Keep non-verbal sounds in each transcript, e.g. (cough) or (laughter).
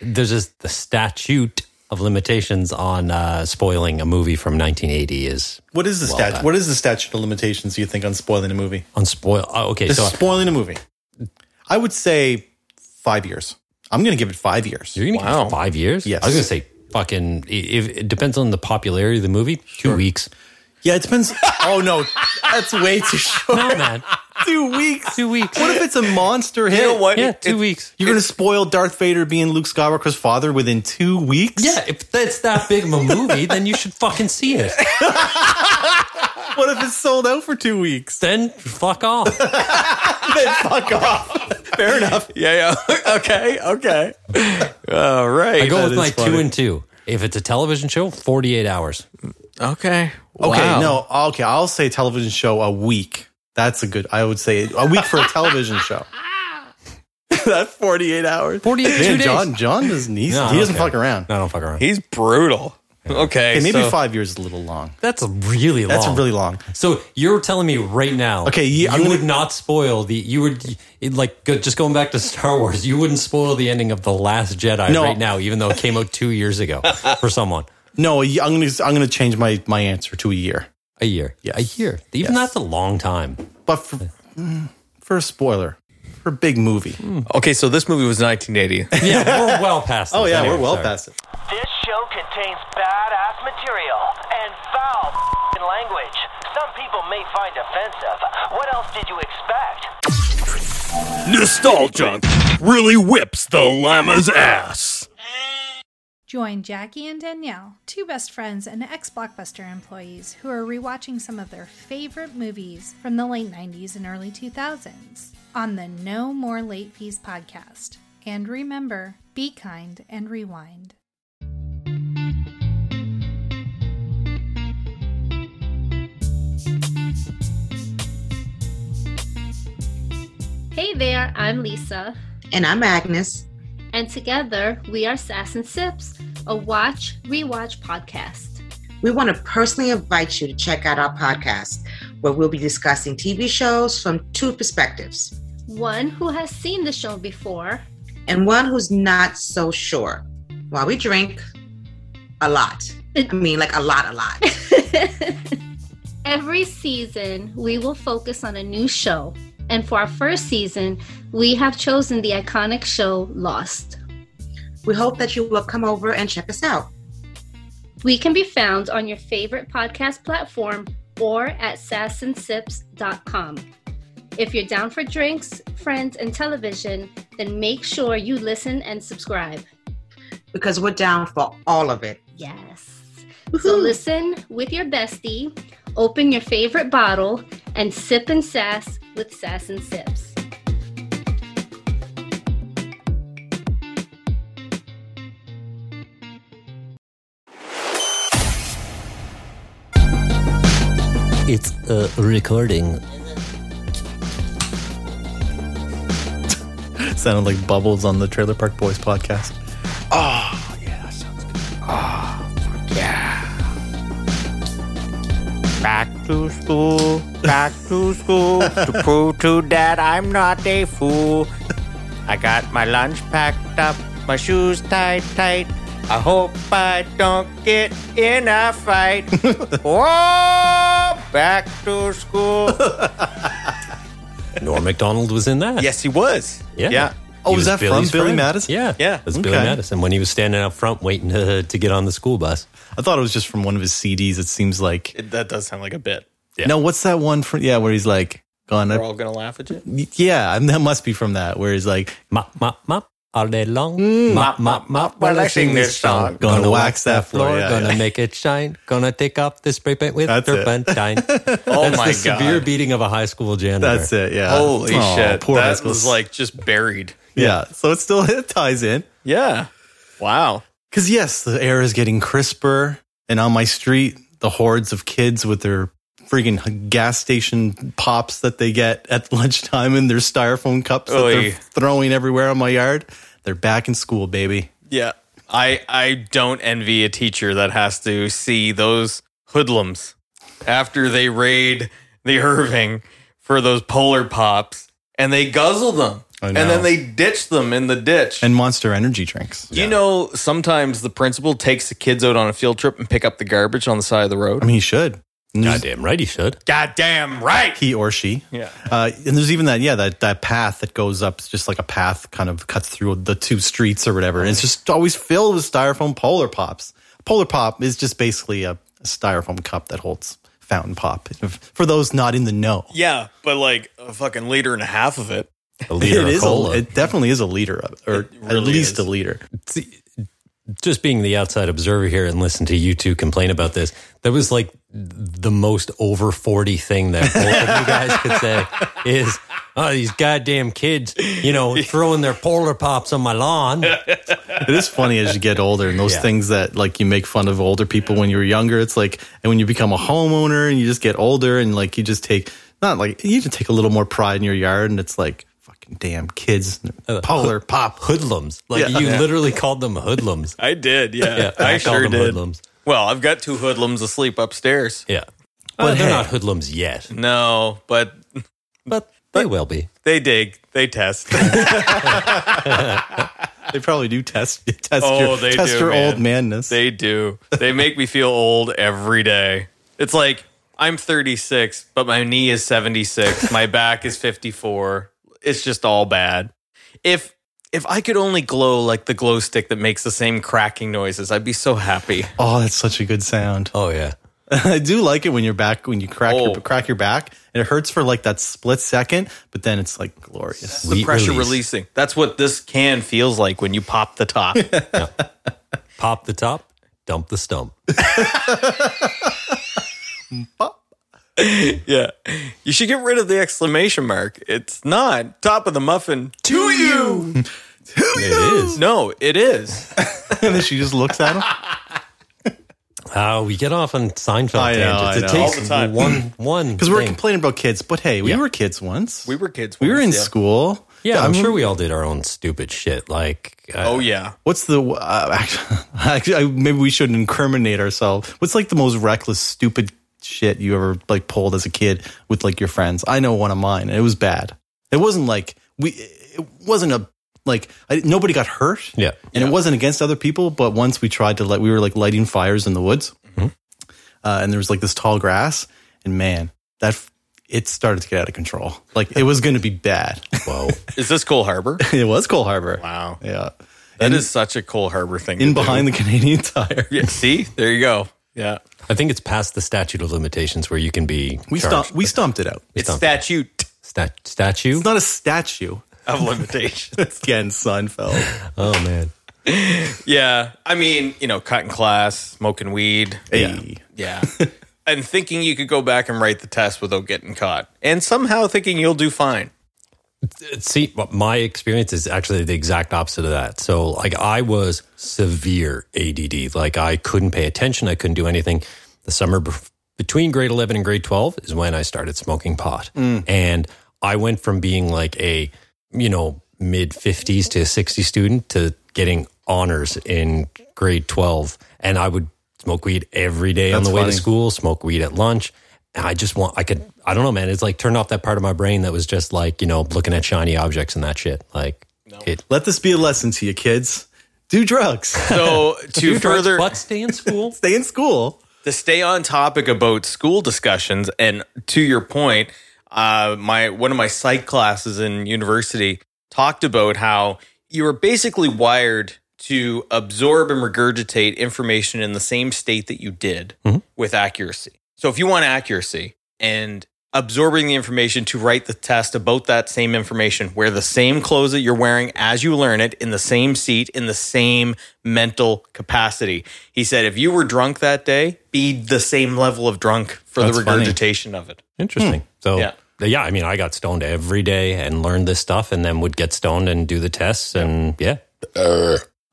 there's just the statute of limitations on uh, spoiling a movie from 1980 is What is the Well stat? done. What is the statute of limitations? Do you think on spoiling a movie? on spoil. Oh, okay, Just so spoiling a movie. I would say five years. I'm going to give it five years. you're gonna Wow. give it five years? Yes. I was gonna say fucking. i- If it depends on the popularity of the movie, two weeks. Yeah, (laughs) it depends. oh no, that's way too short. No man, Two weeks. two weeks. What if it's a monster hit? You know what? (laughs) yeah, It- two it- weeks. You're going to spoil Darth Vader being Luke Skywalker's father within two weeks? Yeah, if that's that big of a movie, then you should fucking see it. What if it's sold out for two weeks? Then fuck off. then fuck off. Fair enough. Yeah, yeah. okay, okay. All right. I go with is my two funny. and two. If it's a television show, 48 hours. (laughs) okay. Okay, Wow. no, okay. I'll say television show a week. That's a good. I would say a week for a television show. (laughs) that 48 hours. 48 two Man, days. John, John doesn't. He's, No, he doesn't okay. fuck around. No, don't fuck around. He's brutal. Okay. Okay, maybe so- five years is a little long. That's really long. That's really long. So you're telling me right now? Okay, yeah, I'm you gonna- would not spoil the. You would it, like go, just going back to Star (laughs) Wars. You wouldn't spoil the ending of the Last Jedi No. right now, even though it came out two years (laughs) ago for someone. No, I'm gonna I'm gonna change my my answer to a year. A year, yeah, a year. Even Yes. that's a long (laughs) time. But for, mm, for a spoiler, for a big movie. Hmm. Okay, so this movie was 1980. Yeah, we're well past. Oh this. yeah, Anyway, we're well sorry. past it. This show contains badass material and foul f***ing language. Some people may find offensive. What else did you expect? (laughs) Nostalgia really whips the llama's ass. Join Jackie and Danielle, two best friends and ex Blockbuster employees who are rewatching some of their favorite movies from the late 90s and early 2000s on the No More Late Fees podcast. And remember, be kind and rewind. Hey there, I'm Lisa, And I'm Agnes. and together we are Sass and Sips, a watch rewatch podcast. We want to personally invite you to check out our podcast, where we'll be discussing TV shows from two perspectives One who has seen the show before, and one who's not so sure. While we drink a lot, I mean, like a lot, (laughs) a lot. Every season, we will focus on a new show. And for our first season, we have chosen the iconic show Lost. We hope that you will come over and check us out. We can be found on your favorite podcast platform or at sassinsips.com. If you're down for drinks, friends, and television, then make sure you listen and subscribe. because we're down for all of it. Yes. So listen with your bestie, open your favorite bottle, and sip and sass with Sass and Sips. It's a recording. Sounded like bubbles on the Trailer Park Boys podcast. Back to school, back to school, to prove to dad I'm not a fool. I got my lunch packed up, my shoes tied tight. I hope I don't get in a (laughs) fight. Whoa, back to school. Norm Macdonald was in that. yes, he was. Yeah. Yeah. Oh, He was that from Billy's Billy friend. Madison? Yeah, Yeah. It was Billy Okay. Madison when he was standing out front waiting to, to get on the school bus. I thought it was just from one of his CDs. It seems like It- that does sound like a bit. no. What's that one from? Yeah, where he's like gone. We're all going to laugh at you. yeah, and that must be from that. Where he's like Mop, mop, mop. All day Mm. long, mop, mop, mop. While I sing this song, Gonna wax that floor, yeah, gonna yeah. make it shine. Gonna take off this spray paint with That's it. turpentine. (laughs) (laughs) Oh That's my the God. severe beating of a high school janitor. that's it. Yeah. Holy Aw, shit. Poor high that school. was like just buried. yeah. So it still (laughs) it ties in. Yeah. Wow. Because yes, the air is getting crisper, and on my street, the hordes of kids with their freaking gas station pops that they get at (laughs) lunchtime in their styrofoam cups that Oy. they're throwing everywhere on my yard. They're back in school, baby. Yeah. I I don't envy a teacher that has to see those hoodlums after they raid the Irving for those polar pops and they guzzle them. I know. And then they ditch them in the ditch. and Monster Energy drinks. you know, sometimes the principal takes the kids out on a field trip and pick up the garbage on the side of the road. I mean, he should. And there's- Goddamn right, he should. Goddamn right. He or she. Yeah. Uh, and there's even that, yeah, that, that path that goes up, it's just like a path kind of cuts through the two streets or whatever. And it's just always filled with styrofoam polar pops. Polar pop is just basically a, styrofoam cup that holds fountain pop. For those not in the know, Yeah, but like a fucking liter and a half of it. (laughs) A liter it of is. cola. A, it definitely is a liter, of, it, or at really least is. a liter. just being the outside observer here and listen to you two complain about this, that was like the most over 40 thing that both of you (laughs) guys could say is, oh, these goddamn kids, you know, throwing their polar pops on my (laughs) lawn. It is funny as you get older, and those Yeah. things that like you make fun of older people when you were younger. It's like, and when you become a homeowner and you just get older, and like you just take not like you just take a little more pride in your yard, and it's like fucking damn kids, Uh, (laughs) polar pop. Hoodlums. Like Yeah. you literally called them (laughs) hoodlums. I did, yeah. Yeah, I, I called sure them did. hoodlums. Well, I've got two hoodlums asleep upstairs. Yeah. But they're hey. not hoodlums yet, No, but but they will be. they dig, they test. (laughs) They probably do test (laughs) test Oh, your they test do, your man. old manness. They do. They make me feel old every day. It's like I'm 36, but my knee is 76, my back is 54. It's just all bad. If if I could only glow like the glow stick that makes the same cracking noises, I'd be so happy. oh, that's such a good sound. (laughs) Oh, yeah. I do like it when your back when you crack your Oh. crack your back, and it hurts for like that split second, but then it's like glorious. the Sweet pressure release. releasing. That's what this can feels like when you pop (laughs) the top. Pop the top, dump the stump. yeah. You should get rid of the exclamation mark. It's not top of the muffin to you. It is. No, it is. (laughs) and then she just looks at him. How Uh, we get off on Seinfeld I know, I tangents. know. It All takes the time. one (laughs) one Because we're thing. complaining about kids, but hey, we Yeah. were kids once. We were kids. we were once, in yeah. school. Yeah, I'm I mean, sure we all did our own stupid shit. Like, uh, Oh yeah. What's the uh, (laughs) actually, actually, maybe we shouldn't incriminate ourselves. What's like the most reckless, stupid shit you ever like pulled as a kid with like your friends? I know one of mine, and it was bad. It wasn't like we. It wasn't a like I, nobody got hurt. Yeah. and it wasn't against other people. But once we tried to let, we were like lighting fires in the woods, Mm-hmm. uh, and there was like this tall grass, and man, that f- it started to get out of control. Like it was going to be bad. (laughs) whoa, Is this Cole Harbor? it was Cole Harbor. Wow. Yeah. That is such a Cole Harbor thing. In behind the Canadian (laughs) tire. (laughs) Yeah, see? There you go. Yeah. I think it's past the statute of limitations where you can be We charged. stomped, we stomped it out. It's statute Stat- statue. It's not a statue. of (laughs) limitations. Again, Seinfeld. oh man, yeah. I mean, you know, cutting class, smoking weed. Hey. Yeah. yeah. (laughs) and thinking you could go back and write the test without getting caught. And somehow thinking you'll do fine. see, but my experience is actually the exact opposite of that. So, like, I was severe ADD. Like, I couldn't pay attention. I couldn't do anything. The summer bef- between grade eleven and grade twelve is when I started smoking pot, Mm. and I went from being like a you know mid fifties to sixty student to getting honors in grade twelve, and I would smoke weed every day on That's the way funny. to school, smoke weed at lunch. And I just want, I could, I don't know, man. It's like turned off that part of my brain that was just like, you know, looking at shiny objects and that shit. Like, it, Let this be a lesson to you kids. Do drugs. (laughs) So to further but stay in (laughs) school. Stay in school. to stay on topic about school discussions and to your point uh, my one of my psych classes in university talked about how you are basically wired to absorb and regurgitate information in the same state that you did with accuracy so if you want accuracy and absorbing the information to write the test about that same information wear the same clothes that you're wearing as you learn it in the same seat in the same mental capacity he said if you were drunk that day be the same level of drunk for That's the funny. regurgitation of it Interesting. So, Hmm. uh, Yeah. yeah. I mean, I got stoned every day and learned this stuff and then would get stoned and do the tests. And yeah,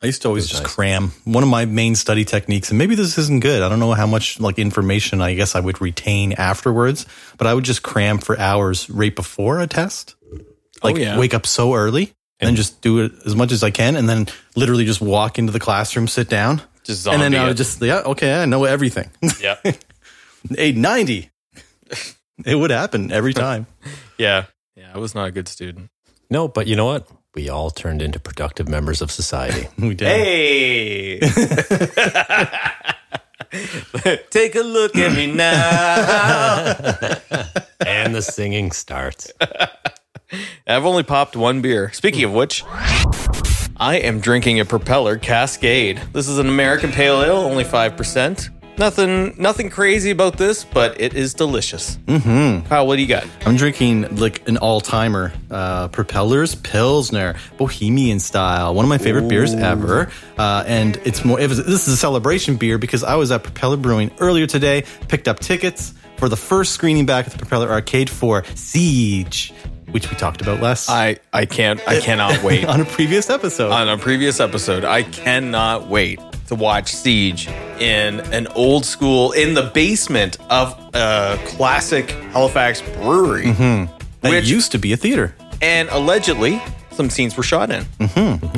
I used to always just cram. One of my main study techniques, and maybe this isn't good. I don't know how much like information I guess I would retain afterwards, but I would just cram for hours right before a test. Like yeah. wake up so early and, then just do it as much as I can, and then literally just walk into the classroom, sit down, Just and then zombie I it. would just yeah, okay, I know everything. (laughs) yeah Eight (laughs) ninety. It would happen every time. (laughs) yeah yeah i was not a good student No, but you know what? We all turned into productive members of (laughs) society. We did. Hey. (laughs) Take a look at me (laughs) now. and the singing starts. I've only popped one beer. Speaking of which, I am drinking a Propeller Cascade. This is an American Pale Ale, only 5%. Nothing nothing crazy about this, but it is delicious. Mm-hmm. Kyle, what do you got? I'm drinking like an all timer, uh, Propellers Pilsner, Bohemian style. One of my favorite beers ever, uh, and it's more. It was, this is a celebration beer because I was at Propeller Brewing earlier today, picked up tickets for the first screening back at the Propeller Arcade for Siege, which we talked about last I, I can't I cannot (laughs) wait. (laughs) on a previous episode. on a previous episode. I cannot wait to watch Siege in an old school in the basement of a classic Halifax brewery, that which- used to be a theater, and allegedly some scenes were shot in.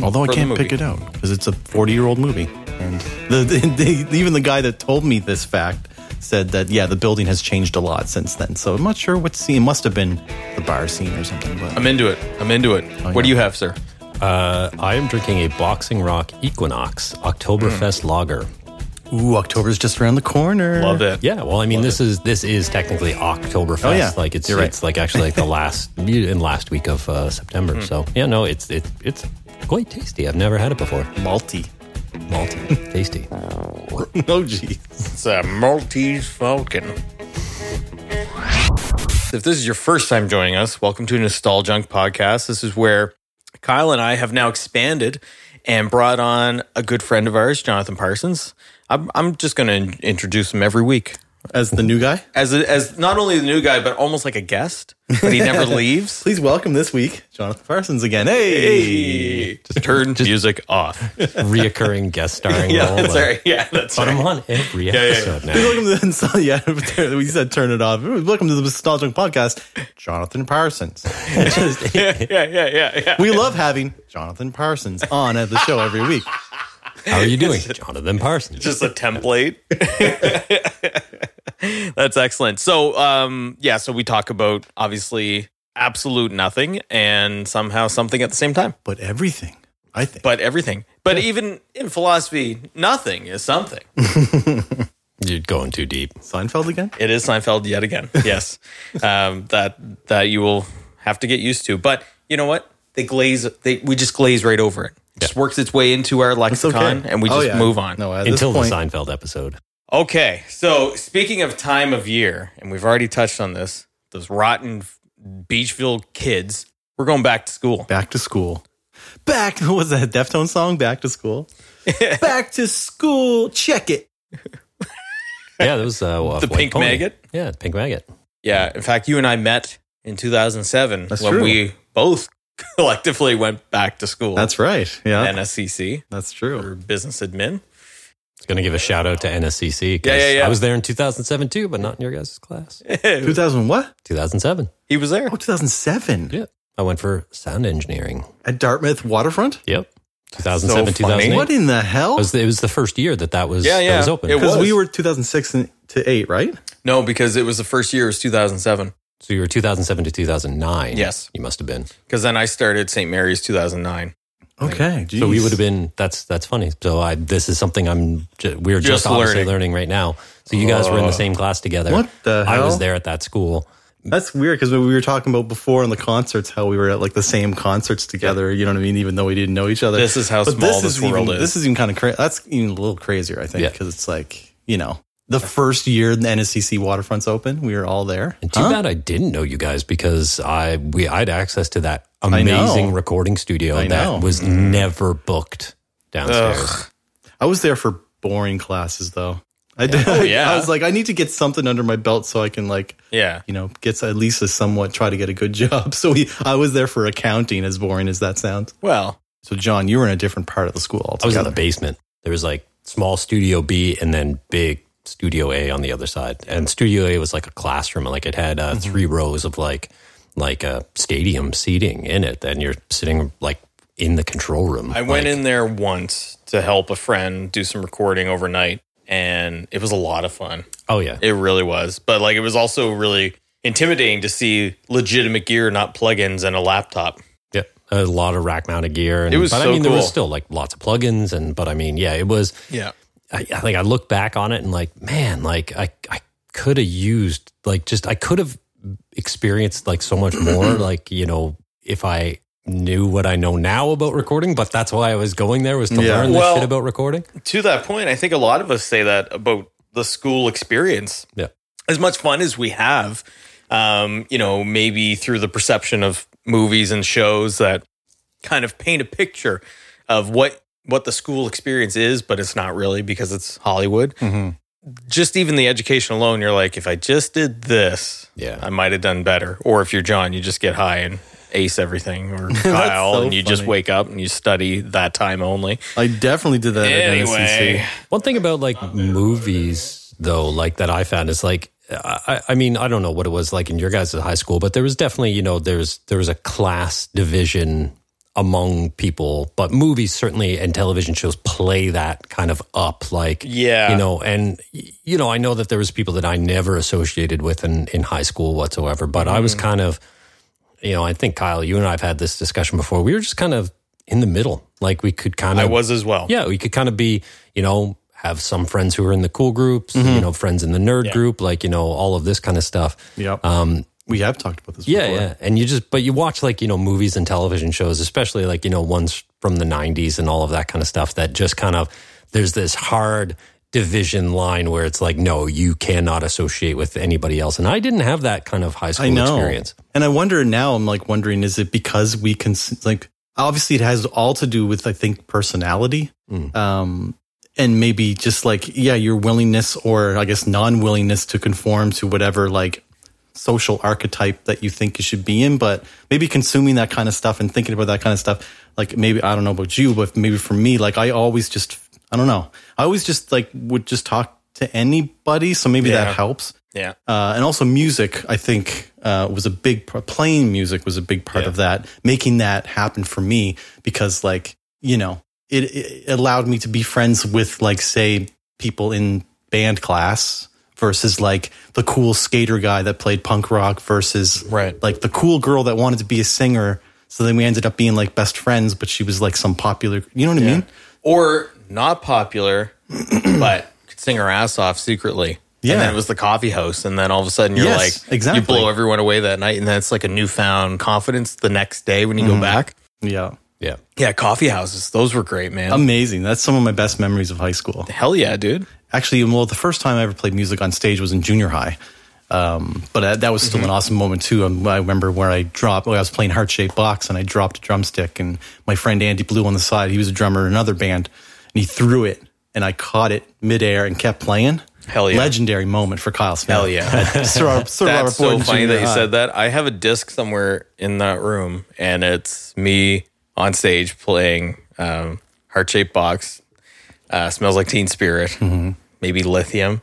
although I the can't pick movie. it out because it's a 40 year old movie. And the, the, the, even the guy that told me this fact said that yeah, the building has changed a lot since then. So I'm not sure what scene it must have been the bar scene or something. But I'm into it. I'm into it. what do yeah. you have, sir? Uh, I am drinking a Boxing Rock Equinox Oktoberfest Hmm. lager. ooh, October's just around the corner. Love it. Yeah, well, I mean, this is this is technically Oktoberfest. Oh, yeah. like it's You're right. it's like actually (laughs) like the last in last week of uh, September. Hmm. So yeah, no, it's it's it's quite tasty. I've never had it before. Malty. (laughs) (laughs) Malty, tasty. oh geez. It's a Maltese Falcon. If this is your first time joining us, welcome to Nostal Junk Podcast. This is where Kyle and I have now expanded and brought on a good friend of ours, Jonathan Parsons. I'm, I'm just going to introduce him every week As the new guy, as a, as not only the new guy, but almost like a guest, but he (laughs) never leaves. please welcome this week Jonathan Parsons again. Hey, Just turn music off. Reoccurring guest starring (laughs) Yeah, role. that's like- right. Yeah, that's But right. I'm on every yeah. episode now. welcome to the so, (laughs) yeah. there, We said turn it off. Welcome to the Nostalgic Podcast, Jonathan Parsons. Just- Yeah, yeah, yeah, yeah. We love having Jonathan Parsons on at the show every week. How are you (laughs) doing, Jonathan Parsons? just a template. (laughs) That's excellent. So, um, yeah, so we talk about obviously absolute nothing and somehow something at the same time, but everything. I think. but everything. But even in philosophy, nothing (laughs) is something. You're going too deep. Seinfeld again? It is Seinfeld yet again. Yes, um, that that you will have to get used to. But you know what? They glaze. They we just glaze right over it. It just works its way into our lexicon, and we Oh, just yeah. move on. No, at Until this point, the Seinfeld (laughs) episode. Okay, so speaking of time of year, and we've already touched on this, those rotten Beachville kids, we're going back to school. back to school. Back (laughs) what was that Deftone song? Back (laughs) to school. back to school. Check it. Yeah, that was uh, The White Pink Pony. Maggot? Yeah, the Pink Maggot. Yeah, in fact, you and I met in 2007 That's when true. we both (laughs) collectively went back to school. That's right. Yeah, NSCC that's for true. business admin. (laughs) It's going to give a shout out to NSCC. 'cause Yeah, yeah, yeah. I was there in 2007 too, but not in your guys' class. 2000 what? 2007. He was there. Oh, 2007 Yeah. I went for sound engineering. at Dartmouth Waterfront. Yep. 2007, So funny. 2008. What in the hell? It was, the, it was the first year that that was, Yeah, that yeah. was open. It Because was. we were 2006 and- to eight, right? No, because it was the first year, it was 2007. So you were 2007 to 2009. Yes. You must have been. Because then I started St. Mary's 2009. Okay. So we geez. would have been, that's that's funny. So I, this is something I'm, ju- we're just, Just obviously learning. learning right now. So you guys were in the same class together. What the I was hell? there at that school. That's weird because we were talking about before in the concerts how we were at like the same concerts together. You know what I mean? Even though we didn't know each other. This is how small this world even, is. This is even kind of crazy. That's even a little crazier, I think, Yeah. because it's like you know the first year the NSCC waterfronts open, we were all there. And too bad I didn't know you guys because I we I had access to that know. amazing recording studio I know. that was never booked downstairs. I was there for boring classes though. I did. (laughs) Oh, yeah. I was like, I need to get something under my belt so I can like Yeah. you know get at least a somewhat try to get a good (laughs) job. So we, I was there for accounting, as boring as that sounds. Well, So John, you were in a different part of the school I was in altogether. the basement. There was like small studio B and then big studio A on the other side. And studio A was like a classroom. Like it had Mm-hmm. uh, three rows of like like a stadium seating in it. And you're sitting like in the control room. I went Like, in there once to help a friend do some recording overnight, and it was a lot of fun. Oh yeah. It really was. But like, it was also really intimidating to see legitimate gear, not plugins, and a laptop. yeah. a lot of rack mounted gear. And, It was but so I mean, there was cool. still like lots of plugins, and but I mean, yeah, it was. Yeah. I, I think I look back on it and like, man, like I I could have used like just I could have experienced like so much more, like you know, if I knew what I know now about recording. But that's why I was going there was to Yeah. learn this Well- shit about recording. To that point, I think a lot of us say that about the school experience. Yeah. As much fun as we have, um, you know, maybe through the perception of movies and shows that kind of paint a picture of what what the school experience is, but it's not really because it's Hollywood. Mhm. Just even the education alone, you're like, if I just did this, Yeah. I might have done better. Or if you're John, you just get high and ace everything, or Kyle, so and you just funny. wake up and you study that time only. I definitely did that at Anyway. NSCC. One thing about like movies, though, like that I found is like, I, I mean, I don't know what it was like in your guys' high school, but there was definitely, you know, there's there was a class division among people, but movies certainly and television shows play that kind of up, like, Yeah. you know, and y- you know, I know that there was people that I never associated with in in high school whatsoever, but I was Mm-hmm. kind of, you know, I think Kyle, you and I have had this discussion before. We were just kind of in the middle, like we could kind of I was as well. yeah, we could kind of be, you know, have some friends who are in the cool groups, Mm-hmm. you know, friends in the nerd group, like, you know, all of this kind of stuff. Yep. Um, we have talked about this yeah, before. yeah. And you just, but you watch like, you know, movies and television shows, especially like, you know, ones from the 90s and all of that kind of stuff that just kind of, there's this hard division line where it's like, no, you cannot associate with anybody else. And I didn't have that kind of high school I know. experience. And I wonder now, I'm like wondering, is it because we can, like, obviously it has all to do with, I think, personality. Mm. Um, and maybe just like, yeah, your willingness or I guess non willingness to conform to whatever, like, social archetype that you think you should be in. But maybe consuming that kind of stuff and thinking about that kind of stuff, like, maybe, I don't know about you, but maybe for me, like, I always just, I don't know. I always just, like, would just talk to anybody. So maybe Yeah. that helps Yeah. uh, and also music. I think uh, was a big part- playing music was a big part of that, making that happen for me because like you know it, it allowed me to be friends with like say people in band class versus like the cool skater guy that played punk rock versus Right. like the cool girl that wanted to be a singer. So then we ended up being like best friends, but she was like some popular. You know what I mean? or not popular, (clears throat) but could sing her ass off secretly. Yeah. And then it was the coffee house. And then all of a sudden you're Yes, like, exactly. you blow everyone away that night. And that's like a newfound confidence the next day when you Mm-hmm. go back. Yeah, Yeah. Yeah. Coffee houses. Those were great, man. amazing. That's some of my best memories of high school. Hell yeah, dude. actually well the first time i ever played music on stage was in junior high um, but uh, that was still Mm-hmm. an awesome moment too um, i remember where i dropped well, i was playing heart shaped box and i dropped a drumstick and my friend andy blew on the side he was a drummer in another band and he threw it and i caught it midair and kept playing Hell yeah. legendary moment for kyle smith Hell (laughs) yeah. Sir Robert- Sir Robert That's so Boyd in funny junior that you high. said that. I have a disc somewhere in that room, and it's me on stage playing um, Heart Shaped Box, uh, Smells Like Teen Spirit, Mm-hmm. maybe Lithium.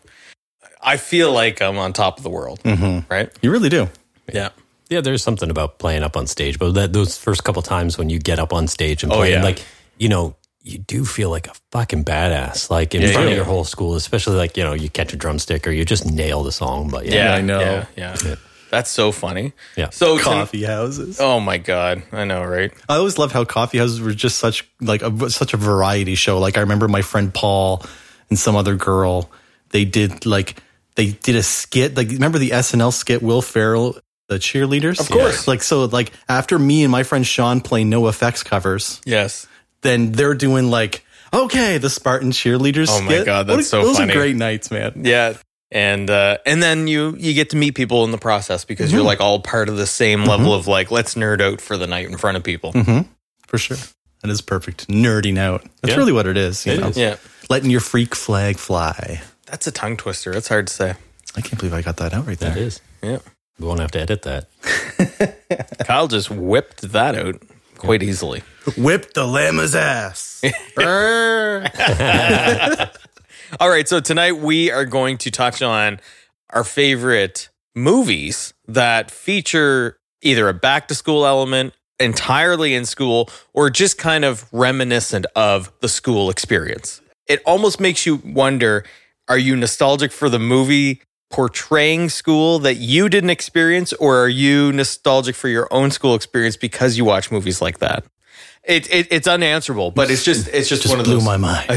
I feel like I'm on top of the world, right? you really do Yeah. Yeah, there's something about playing up on stage, but that those first couple times when you get up on stage and Oh, play, yeah. like you know, you do feel like a fucking badass, like in Yeah, front yeah. of your whole school, especially like you know, you catch a drumstick or you just nail the song. But yeah, I know. Yeah, yeah. That's so funny. Yeah. So, coffee houses oh my God. I know, right? I always loved how coffee houses were just such like a, such a variety show. Like I remember my friend Paul and some other girl. They did like they did a skit. Like remember the SNL skit Will Ferrell, the cheerleaders. Of course. Like so. Like after me and my friend Sean play No Effects covers, Yes. then they're doing like okay the Spartan cheerleaders. Oh my skit. God, that's What a- so those funny. are great nights, man. Yeah. And uh, and then you you get to meet people in the process because you're like all part of the same level of like let's nerd out for the night in front of people. Mm-hmm. For sure. That is perfect. Nerding out. That's Yeah. really what it is. You know? Yeah, Letting your freak flag fly. that's a tongue twister. It's hard to say. I can't believe I got that out right there. that is. Yeah, We won't have to edit that. Kyle just whipped that out quite (laughs) easily. Whip the llama's ass. All right, so tonight we are going to touch on our favorite movies that feature either a back to school element entirely in school or just kind of reminiscent of the school experience. It almost makes you wonder are you nostalgic for the movie portraying school that you didn't experience, or are you nostalgic for your own school experience because you watch movies like that? It, it it's unanswerable, but it's just it's just, Just one of blew (laughs) those. my mind.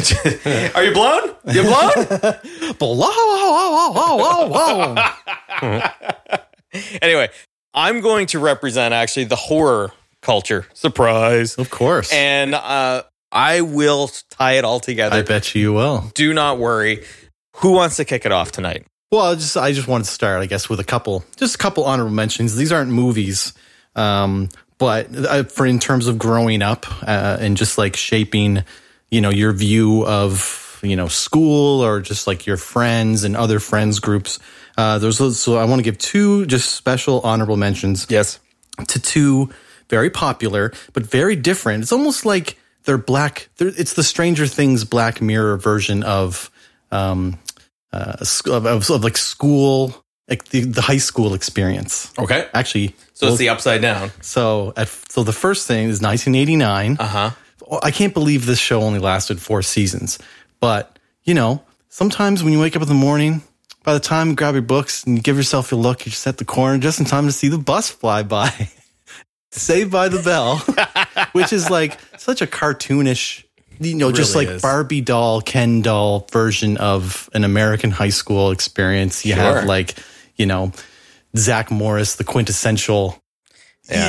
are you blown? You (laughs) blown? anyway, I'm going to represent actually the horror culture. Surprise. Of course. And uh, I will tie it all together. I bet you will. Do not worry. Who wants to kick it off tonight? Well, I just I just wanted to start, I guess, with a couple, just a couple honorable mentions. These aren't movies, um, but uh, for in terms of growing up uh, and just like shaping, you know, your view of you know school or just like your friends and other friends groups. Uh, there's so I want to give two just special honorable mentions Yes. to two very popular but very different. It's almost like they're black. They're, it's the Stranger Things Black Mirror version of um, uh, sc- of, of, of like school, like the, the high school experience. Okay. Actually, So it's the upside down. so at, so the first thing is 1989. Uh huh. Oh, I can't believe this show only lasted four seasons. But, you know, sometimes when you wake up in the morning, by the time you grab your books and you give yourself a look, you're just at the corner just in time to see the bus fly by. (laughs) Saved by the (laughs) Bell, which is like such a cartoonish, you know, just Really like is. Barbie doll, Ken doll version of an American high school experience. You Sure. have like, you know, Zach Morris, the quintessential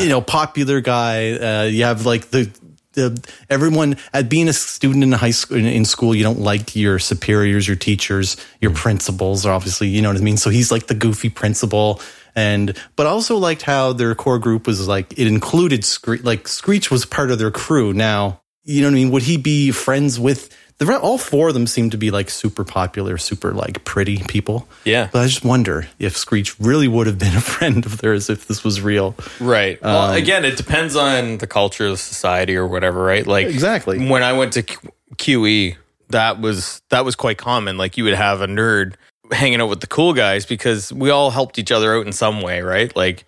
you know popular guy uh, you have like the the everyone at being a student in high school in, in school you don't like your superiors your teachers your principals are obviously you know what i mean so he's like the goofy principal and but I also liked how their core group was like it included Screech like Screech was part of their crew now you know what I mean would he be friends with the re- all four of them seem to be like super popular super like pretty people Yeah. but I just wonder if Screech really would have been (laughs) a friend of theirs if this was real Right. well, again, it depends on the culture of society or whatever, right? Like Exactly. When I went to Q- QE, that was that was quite common. Like you would have a nerd hanging out with the cool guys because we all helped each other out in some way, right? Like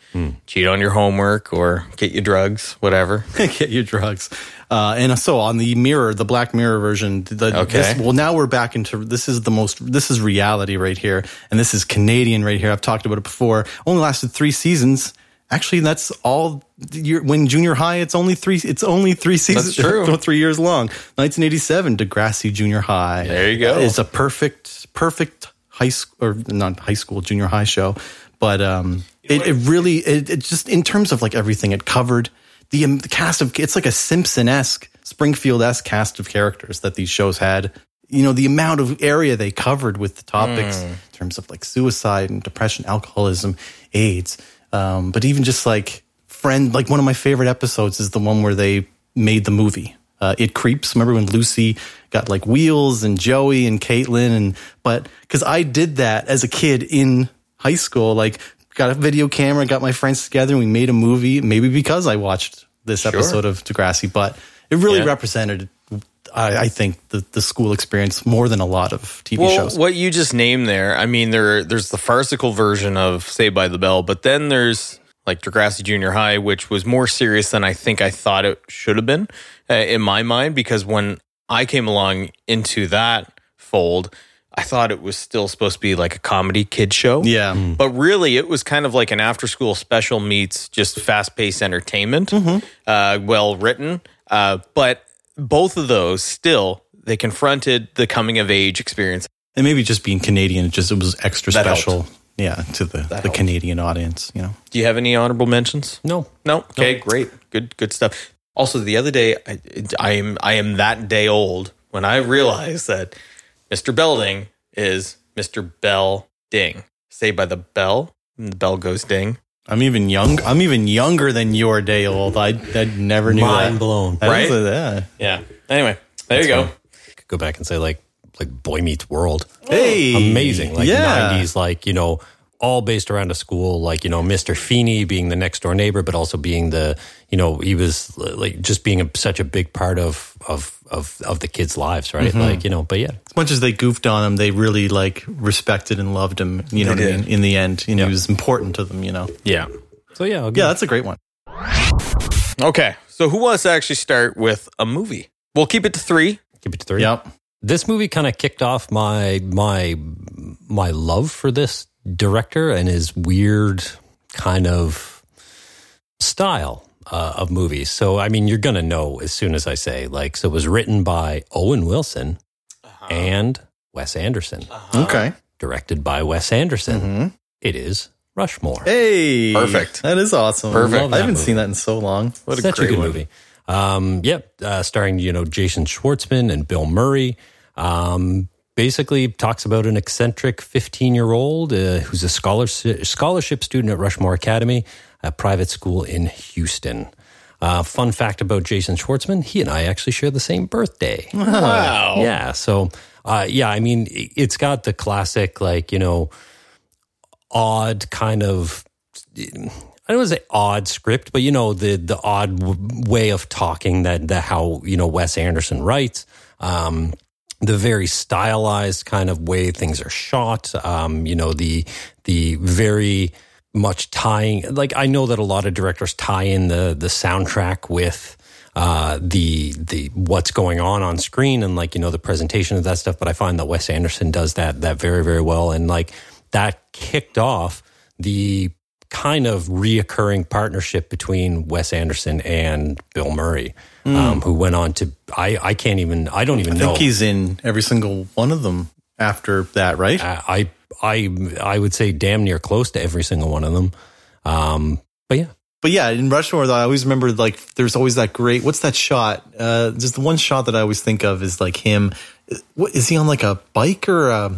cheat on your homework or get you drugs, whatever. (laughs) get your drugs. Uh, and so on the mirror, the Black Mirror version. The, Okay. This, well, now we're back into this is the most this is reality right here, and this is Canadian right here. I've talked about it before. Only lasted three seasons. Actually, that's all. You're, when junior high, it's only three. It's only three seasons. (laughs) true. three years long. 1987, Degrassi Junior High. There you go. It's a perfect, perfect high school or not high school, junior high show. But um, it, it really, it, it just in terms of like everything it covered, the, um, the cast of it's like a Simpson esque, Springfield esque cast of characters that these shows had. You know, the amount of area they covered with the topics Hmm. in terms of like suicide and depression, alcoholism, AIDS, um, but even just like friend like one of my favorite episodes is the one where they made the movie uh, it creeps remember when lucy got like wheels and joey and caitlin and but because i did that as a kid in high school like got a video camera got my friends together and we made a movie maybe because i watched this episode of degrassi but it really represented I, I think the, the school experience more than a lot of tv Well, shows what you just named there, I mean, there there's the farcical version of Saved by the Bell, but then there's like Degrassi Junior High, which was more serious than I think I thought it should have been uh, in my mind, because when I came along into that fold, I thought it was still supposed to be like a comedy kid show. yeah But really, it was kind of like an after school special meets just fast paced entertainment, Mm-hmm. uh, well written. Uh, but both of those still, they confronted the coming of age experience. and maybe just being canadian it just it was extra That helped. special yeah to the, the helped. canadian audience you know Do you have any honorable mentions? No. No. Okay, great, good, good stuff. Also, the other day, I, I am I am that day old when I realized that Mr. Belding is Mr. Bell Ding. Say by the bell, and the bell goes ding. I'm even young. I'm even younger than your day old. I, I never knew Mind that. blown. That right? is a- yeah. Yeah. Anyway, there you go. Could go back and say like like Boy Meets World. Hey, amazing. Like yeah. 90s, like, you know, all based around a school, like, you know, Mr. Feeney being the next door neighbor, but also being the, you know, he was like just being a, such a big part of, of, of, of the kids' lives, right? Mm-hmm. Like, you know, but yeah, As much as they goofed on him, they really like respected and loved him. You know, what I mean? in the end, you know, he was important to them. You know, Yeah. so yeah, I'll give yeah, that's a great one. Okay. So who wants to actually start with a movie? We'll keep it to three. keep it to three. Yep. This movie kind of kicked off my, my, my love for this director and his weird kind of style uh, of movies. So, I mean, you're going to know as soon as I say, like, so it was written by Owen Wilson and Wes Anderson, Uh-huh. okay. directed by Wes Anderson. Mhm. It is Rushmore. Hey, Perfect. That is awesome. Perfect. Love I that haven't movie. seen that in so long. What Such a great good one. movie. Um, yep, uh, starring you know Jason Schwartzman and Bill Murray. Um, basically, talks about an eccentric 15 year old uh, who's a scholarship scholarship student at Rushmore Academy, a private school in Houston. Uh, fun fact about Jason Schwartzman: he and I actually share the same birthday. (laughs) Wow. Yeah. So, uh, yeah, I mean, i- it's got the classic, like, you know, odd kind of, I don't want to say odd script, but, you know, the, the odd w- way of talking that, that how, you know, Wes Anderson writes. Um, the very stylized kind of way things are shot. Um, you know, the the very much tying like I know that a lot of directors tie in the the soundtrack with uh the the what's going on on screen and like you know the presentation of that stuff but I find that Wes Anderson does that that very very well and like that kicked off the kind of reoccurring partnership between Wes Anderson and Bill Murray um who went on to I I can't even I don't even Hmm. I know think he's in every single one of them after that, right? I I I would say damn near close to every single one of them. Um, but yeah, But yeah, in Rushmore, though, I always remember like there's always that great. What's that shot? Uh, just the one shot that I always think of is like him. What is he on like a bike or a,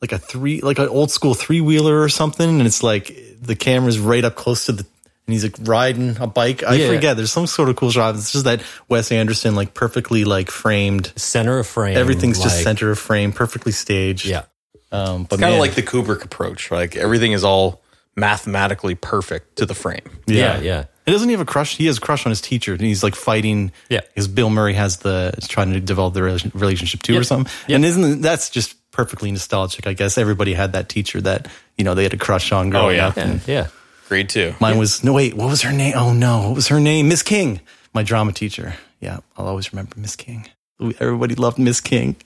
like a three like an old school three wheeler or something? And it's like the camera's right up close to the and he's like riding a bike. I Yeah. forget. There's some sort of cool shot. It's just that Wes Anderson like perfectly like framed. center of frame. Everything's just like- center of frame, perfectly staged. Yeah, um, but Kind of man, like the Kubrick approach. Like everything is all mathematically perfect to the frame. yeah, yeah. And doesn't he have a crush? He has a crush on his teacher, and he's like fighting. Yeah. because Bill Murray has the is trying to develop the relation- relationship too, or Yep. something. Yep. And isn't that's just perfectly nostalgic? I guess everybody had that teacher that you know they had a crush on growing yeah. up. And yeah. Grade two. mine was no wait, what was her name? Oh no, what was her name? Miss King, my drama teacher. Yeah, I'll always remember Miss King. Everybody loved Miss King.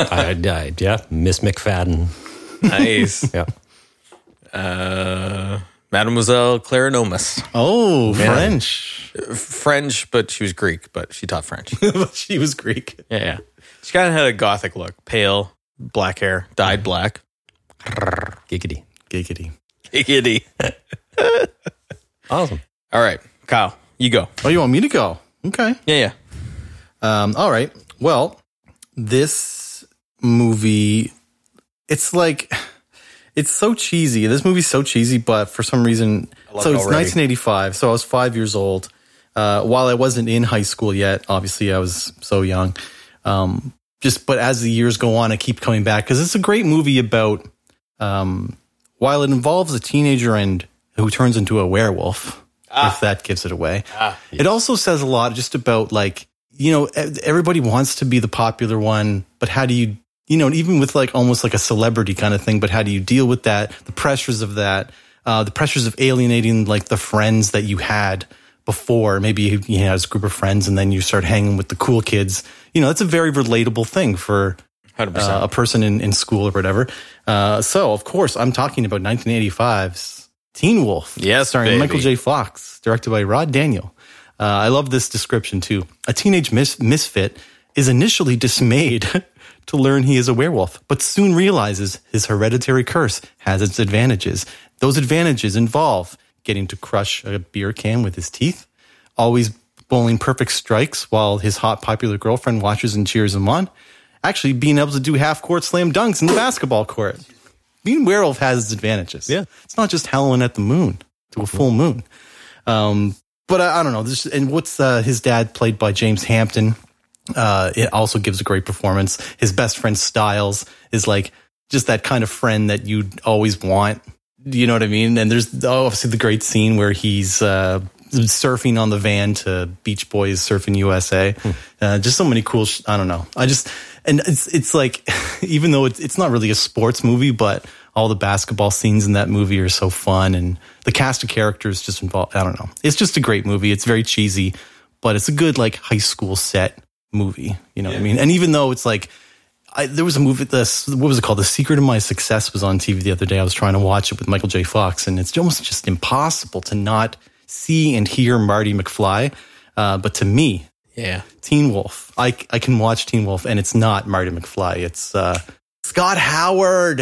I, I, yeah, Miss McFadden. (laughs) Nice. Yeah, uh, Mademoiselle Clara Nomas. (laughs) Oh, French. French, but she was Greek, but she (laughs) taught French. she was Greek. Yeah, yeah. She kind of had a gothic look. Pale, black hair, dyed black. (laughs) giggity, Giggity. Giggity. awesome. All right, Kyle, you go. Oh, you want me to go? Okay. Yeah, yeah. Um, all right. Well, this movie, it's like, it's so cheesy. This movie's so cheesy, but for some reason, so love it's it already. 1985. So I was five years old. Uh, while I wasn't in high school yet, obviously I was so young. Um, just, but as the years go on, I keep coming back because it's a great movie about, um, while it involves a teenager and who turns into a werewolf, if that gives it away. It also says a lot just about like, you know, e- everybody wants to be the popular one, but how do you, you know, and even with like almost like a celebrity kind of thing, but how do you deal with that? The pressures of that, uh, the pressures of alienating like the friends that you had before. Maybe you, you had this group of friends and then you start hanging with the cool kids. You know, that's a very relatable thing for 100%. uh, a person in, in school or whatever. Uh, so, of course, I'm talking about 1985's Teen Wolf. Yes, starring baby. Michael J. Fox, directed by Rod Daniel. Uh, I love this description too. A teenage mis- misfit is initially dismayed (laughs) to learn he is a werewolf, but soon realizes his hereditary curse has its advantages. Those advantages involve getting to crush a beer can with his teeth, always bowling perfect strikes while his hot popular girlfriend watches and cheers him on. Actually, being able to do half court slam dunks in the basketball court. Being werewolf has its advantages. Yeah. It's not just howling at the moon to a full moon. Um, but I, I don't know. This, and what's uh, his dad, played by James Hampton, uh, it also gives a great performance. His best friend Styles is like just that kind of friend that you always want. Do You know what I mean? And there's obviously the great scene where he's uh, surfing on the van to Beach Boys Surfing USA. Uh, just so many cool. Sh- I don't know. I just and it's it's like (laughs) even though it's it's not really a sports movie, but all the basketball scenes in that movie are so fun, and the cast of characters just involved. I don't know. It's just a great movie. It's very cheesy, but it's a good like high school set movie. You know what I mean? And even though it's like I, there was a movie. This what was it called? The Secret of My Success was on TV the other day. I was trying to watch it with Michael J. Fox, and it's almost just impossible to not see and hear Marty McFly. Uh, but to me, Yeah. Teen Wolf. I I can watch Teen Wolf, and it's not Marty McFly. It's uh, Scott Howard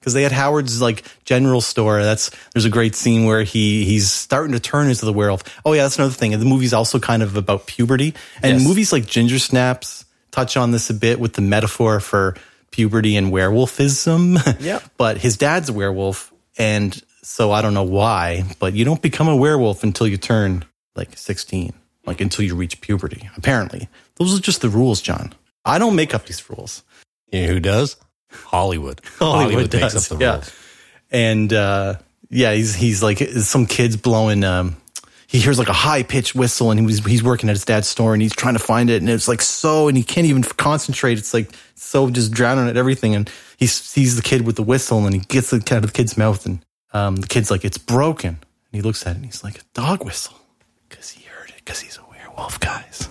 because they had Howard's like general store. That's there's a great scene where he he's starting to turn into the werewolf. Oh yeah, that's another thing. And the movie's also kind of about puberty, and movies like Ginger Snaps touch on this a bit with the metaphor for puberty and werewolfism. (laughs) Yeah, but his dad's a werewolf, and so I don't know why, but you don't become a werewolf until you turn like 16, like until you reach puberty. Apparently, those are just the rules, John. I don't make up these rules. You know who does? (laughs) Hollywood. Hollywood takes does, up the yeah. rules. and uh, yeah, he's he's like some kids blowing. Um, he hears like a high pitched whistle, and he was he's working at his dad's store, and he's trying to find it, and it's like so, and he can't even concentrate. It's like so just drowning at everything, and he sees the kid with the whistle, and he gets it out of the kid's mouth, and um, the kid's like, "It's broken," and he looks at it, and he's like, "A dog whistle," because he heard it, because he's a werewolf, guys.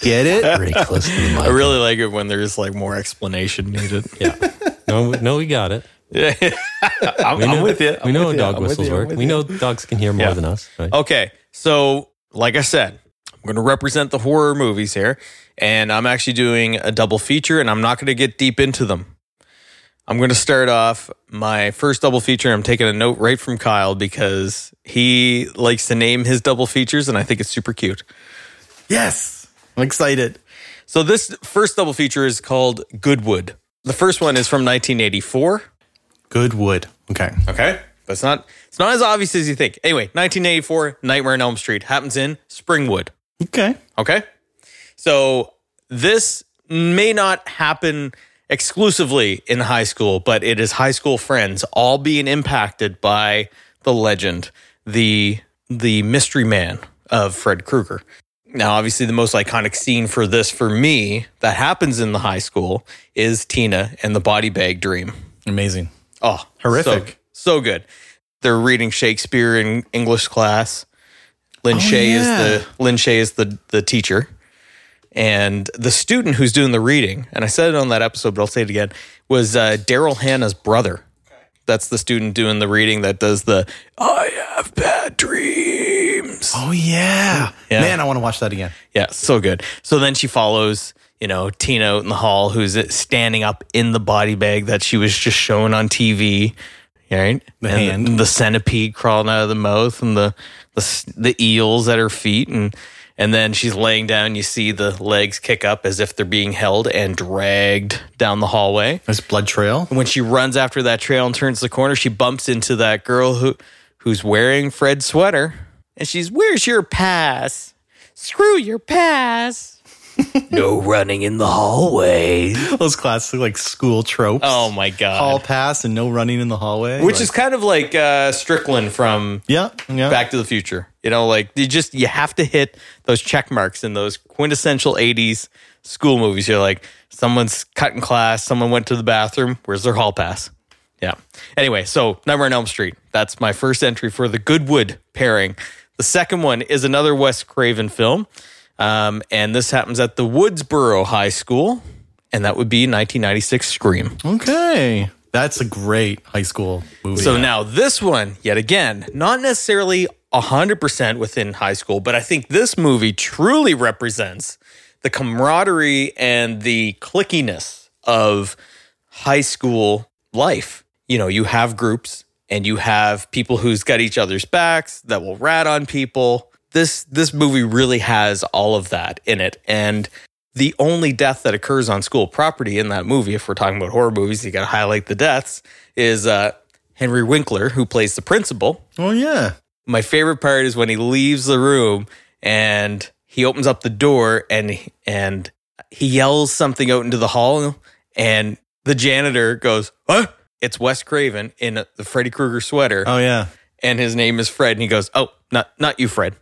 Get it? Pretty close to (laughs) the mic. I really like it when there's like more (laughs) explanation needed. Yeah. No, no, we got it. (laughs) I'm, We I'm know- with you. We I'm know with how you. dog I'm with whistles you. I'm work. with We you. know dogs can hear more Yeah. Oh, than us. Right? Okay. So, like I said, I'm going to represent the horror movies here, and I'm actually doing a double feature, and I'm not going to get deep into them. I'm going to start off my first double feature. I'm taking a note right from Kyle because he likes to name his double features, and I think it's super cute. Yes, I'm excited. So, this first double feature is called Goodwood. The first one is from 1984. Good wood. Okay. Okay. But it's not it's not as obvious as you think. Anyway, 1984, Nightmare on Elm Street happens in Springwood. Okay. Okay. So this may not happen exclusively in high school, but it is high school friends all being impacted by the legend, the the mystery man of Fred Krueger. Now, obviously, the most iconic scene for this for me that happens in the high school is Tina and the body bag dream. Amazing. Oh, Horrific. So, so good. They're reading Shakespeare in English class. Lynn Oh, Shay yeah. is the Lynn Shay is the the teacher. And the student who's doing the reading, and I said it on that episode, but I'll say it again, was uh, Daryl Hannah's brother. That's the student doing the reading that does the I have bad dreams. Oh yeah. Yeah. Man, I want to watch that again. Yeah, so good. So then she follows, you know, Tina out in the hall, who's standing up in the body bag that she was just shown on TV. Right, the hand. the centipede crawling out of the mouth, and the the s- the eels at her feet, and and then she's laying down. You see the legs kick up as if they're being held and dragged down the hallway. There's blood trail. (laughs) And when she runs after that trail and turns the corner, she bumps into that girl who who's wearing Fred's sweater. And she's, Where's your pass? Screw your pass. (laughs) no running in the hallways. Those classic like school tropes. Oh my god. Hall pass and no running in the hallway. Which Like, is kind of like uh, Strickland from yeah, yeah. Back to the Future. You know, like you just you have to hit those check marks in those quintessential 80s school movies. You're like, someone's cut in class, someone went to the bathroom, where's their hall pass? Yeah. Anyway, so Nightmare on Elm Street. That's my first entry for the Goodwood pairing. The second one is another Wes Craven film. Um, and this happens at the Woodsboro High School. And that would be 1996 Scream. Okay. That's a great high school movie. So now this one, yet again, not necessarily 100% within high school, but I think this movie truly represents the camaraderie and the clickiness of high school life. You know, you have groups and you have people who's got each other's backs that will rat on people. This this movie really has all of that in it and the only death that occurs on school property in that movie, if we're talking about horror movies, you got to highlight the deaths, is uh, Henry Winkler, who plays the principal. Oh yeah. My favorite part is when he leaves the room and he opens up the door and and he yells something out into the hall, and the janitor goes, "Huh?" It's Wes Craven in the Freddy Krueger sweater, Oh yeah. and his name is Fred, and he goes, "Oh, not not you, Fred."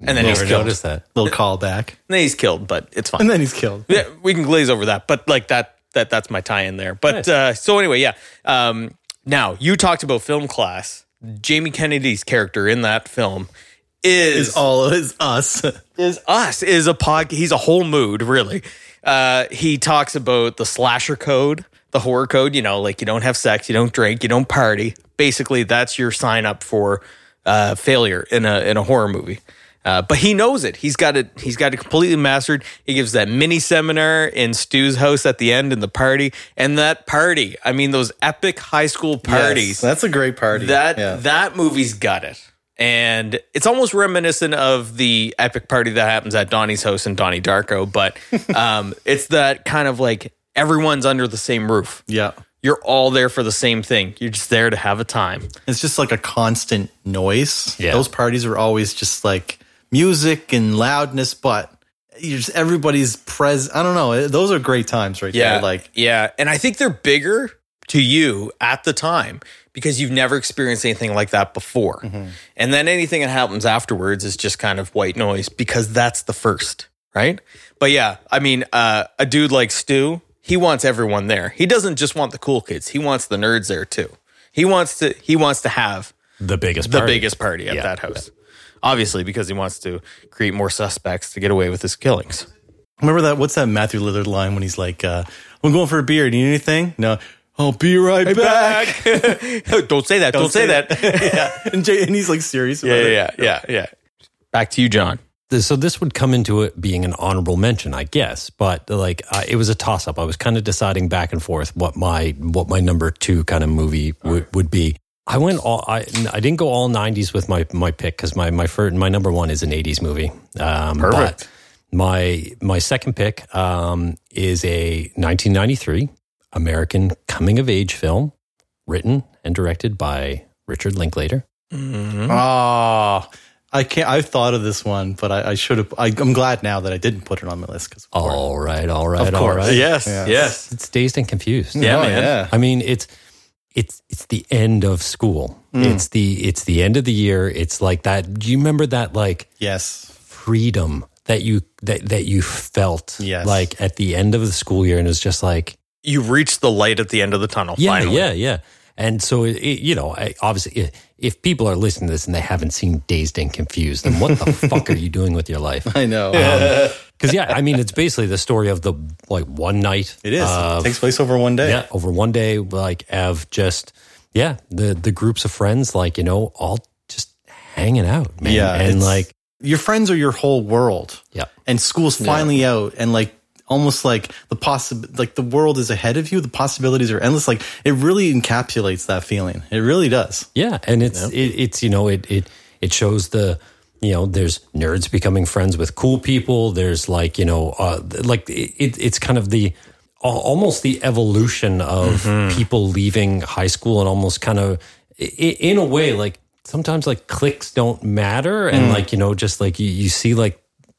And then he's Hmm. Never killed. noticed that. Little callback. And then he's killed, but it's fine. And then he's killed. yeah, we can glaze over that, but like that that that's my tie in there. But uh, so anyway, yeah. Um, now you talked about film class. Jamie Kennedy's character in that film is Is all is us. (laughs) is us is a pod. He's a whole mood really. uh, he talks about the slasher code, the horror code. You know, like you don't have sex, you don't drink, you don't party. Basically, that's your sign up for uh, failure in a in a horror movie. Uh, but he knows it. He's got it. He's got it completely mastered. He gives that mini seminar in Stu's house at the end in the party, and that party. I mean, those epic high school parties. That's a great party. That Yeah. that movie's got it. And it's almost reminiscent of the epic party that happens at Donnie's house and Donnie Darko, (laughs) but um, it's that kind of like everyone's under the same roof. yeah. You're all there for the same thing. You're just there to have a time. It's just like a constant noise. Yeah. Those parties are always just like music and loudness, but you're just everybody's pres. I don't know. Those are great times right there. Like, yeah. And I think they're bigger to you at the time because you've never experienced anything like that before. Mm-hmm. And then anything that happens afterwards is just kind of white noise because that's the first, right? But yeah, I mean, uh, a dude like Stu, he wants everyone there. He doesn't just want the cool kids, he wants the nerds there too. He wants to he wants to have The biggest the party. biggest party at Yeah. that house. Obviously because he wants to create more suspects to get away with his killings. remember that? What's that Matthew Lillard line when he's like, uh, I'm going for a beer. Do you need anything? No. I'll be right back. (laughs) don't say that. Don't, say, that. (laughs) yeah. And, Jay, and he's like serious about yeah, it. yeah, yeah, yeah. Back to you, John. This- so this would come into it being an honorable mention, I guess. But like, uh, it was a toss up. I was kind of deciding back and forth what my what my number two kind of movie would would be. I went all I I didn't go all '90s with my my pick because my my first, my number one is an '80s movie. Um, Perfect. But my my second pick um, is a 1993 American coming of age film written and directed by Richard Linklater. Ah. Oh, Hmm? I can't. I thought of this one, but I, I should have. I, I'm glad now that I didn't put it on my list because Oh. All right, all right, Of all course. right. Yes, yes. It's dazed and confused. Yeah, Oh, man. I mean, it's it's it's the end of school. Mm. It's the it's the end of the year. It's like that. Do you remember that like Yes. freedom that you that that you felt Yes. like at the end of the school year, and it was just like You reached the light at the end of the tunnel. yeah, finally. yeah, yeah. And so it, it, you know, I, obviously, i if people are listening to this and they haven't seen Dazed and Confused, then what (laughs) the fuck are you doing with your life? I know. Because yeah, I mean, it's basically the story of the like one night. it is. of- Uh, it takes place over one day. yeah over one day like of just yeah the the groups of friends like you know all just hanging out man Yeah, and it's- like Your friends are your whole world. yeah And school's finally out, and like almost like the possi- like the world is ahead of you. The possibilities are endless. Like it really encapsulates that feeling. It really does. yeah and it's it, it's you know it it it shows the you know there's nerds becoming friends with cool people there's like you know uh th- like it, it- it's kind of the al- almost the evolution of Mm-hmm. people leaving high school and almost kind of i- i- in a way like sometimes like clicks don't matter Mm. and like you know just like you, you see like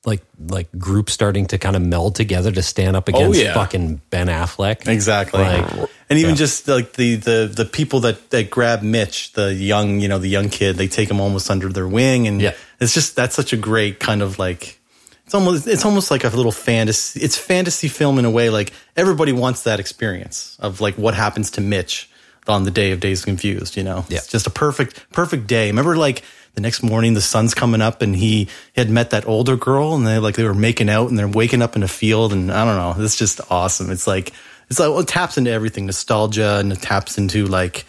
like like groups starting to kind of meld together to stand up against Oh, yeah. fucking Ben Affleck. Exactly. Like, and even just like the, the the people that that grab Mitch, the young, you know, the young kid, they take him almost under their wing and Yeah. it's just that's such a great kind of like it's almost it's almost like a little fantasy it's fantasy film in a way like everybody wants that experience of like what happens to Mitch on the day of Days Confused, you know. It's just a perfect perfect day. Remember like the next morning the sun's coming up and he had met that older girl and they like they were making out and they're waking up in a field and I don't know. It's just awesome. It's like it's like well, it taps into everything nostalgia and it taps into like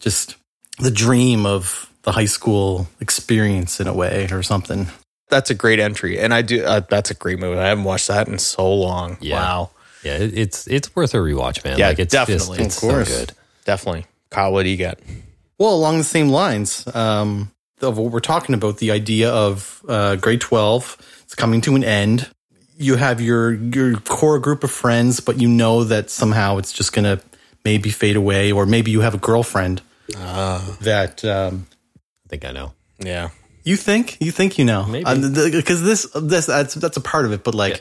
just the dream of the high school experience in a way or something. That's a great entry, and I do. Uh, that's a great movie. I haven't watched that in so long. Yeah. Wow, Yeah, it, it's it's worth a rewatch, man. Yeah, like it's definitely. Just, Of it's course. so good. definitely. Kyle, what do you got? Well, along the same lines um, of what we're talking about, the idea of uh, grade 12, it's coming to an end. You have your, your core group of friends, but you know that somehow it's just going to maybe fade away, or maybe you have a girlfriend that um, I think I know. Yeah, You think? You think you know? Maybe. because this this that's that's a part of it. But like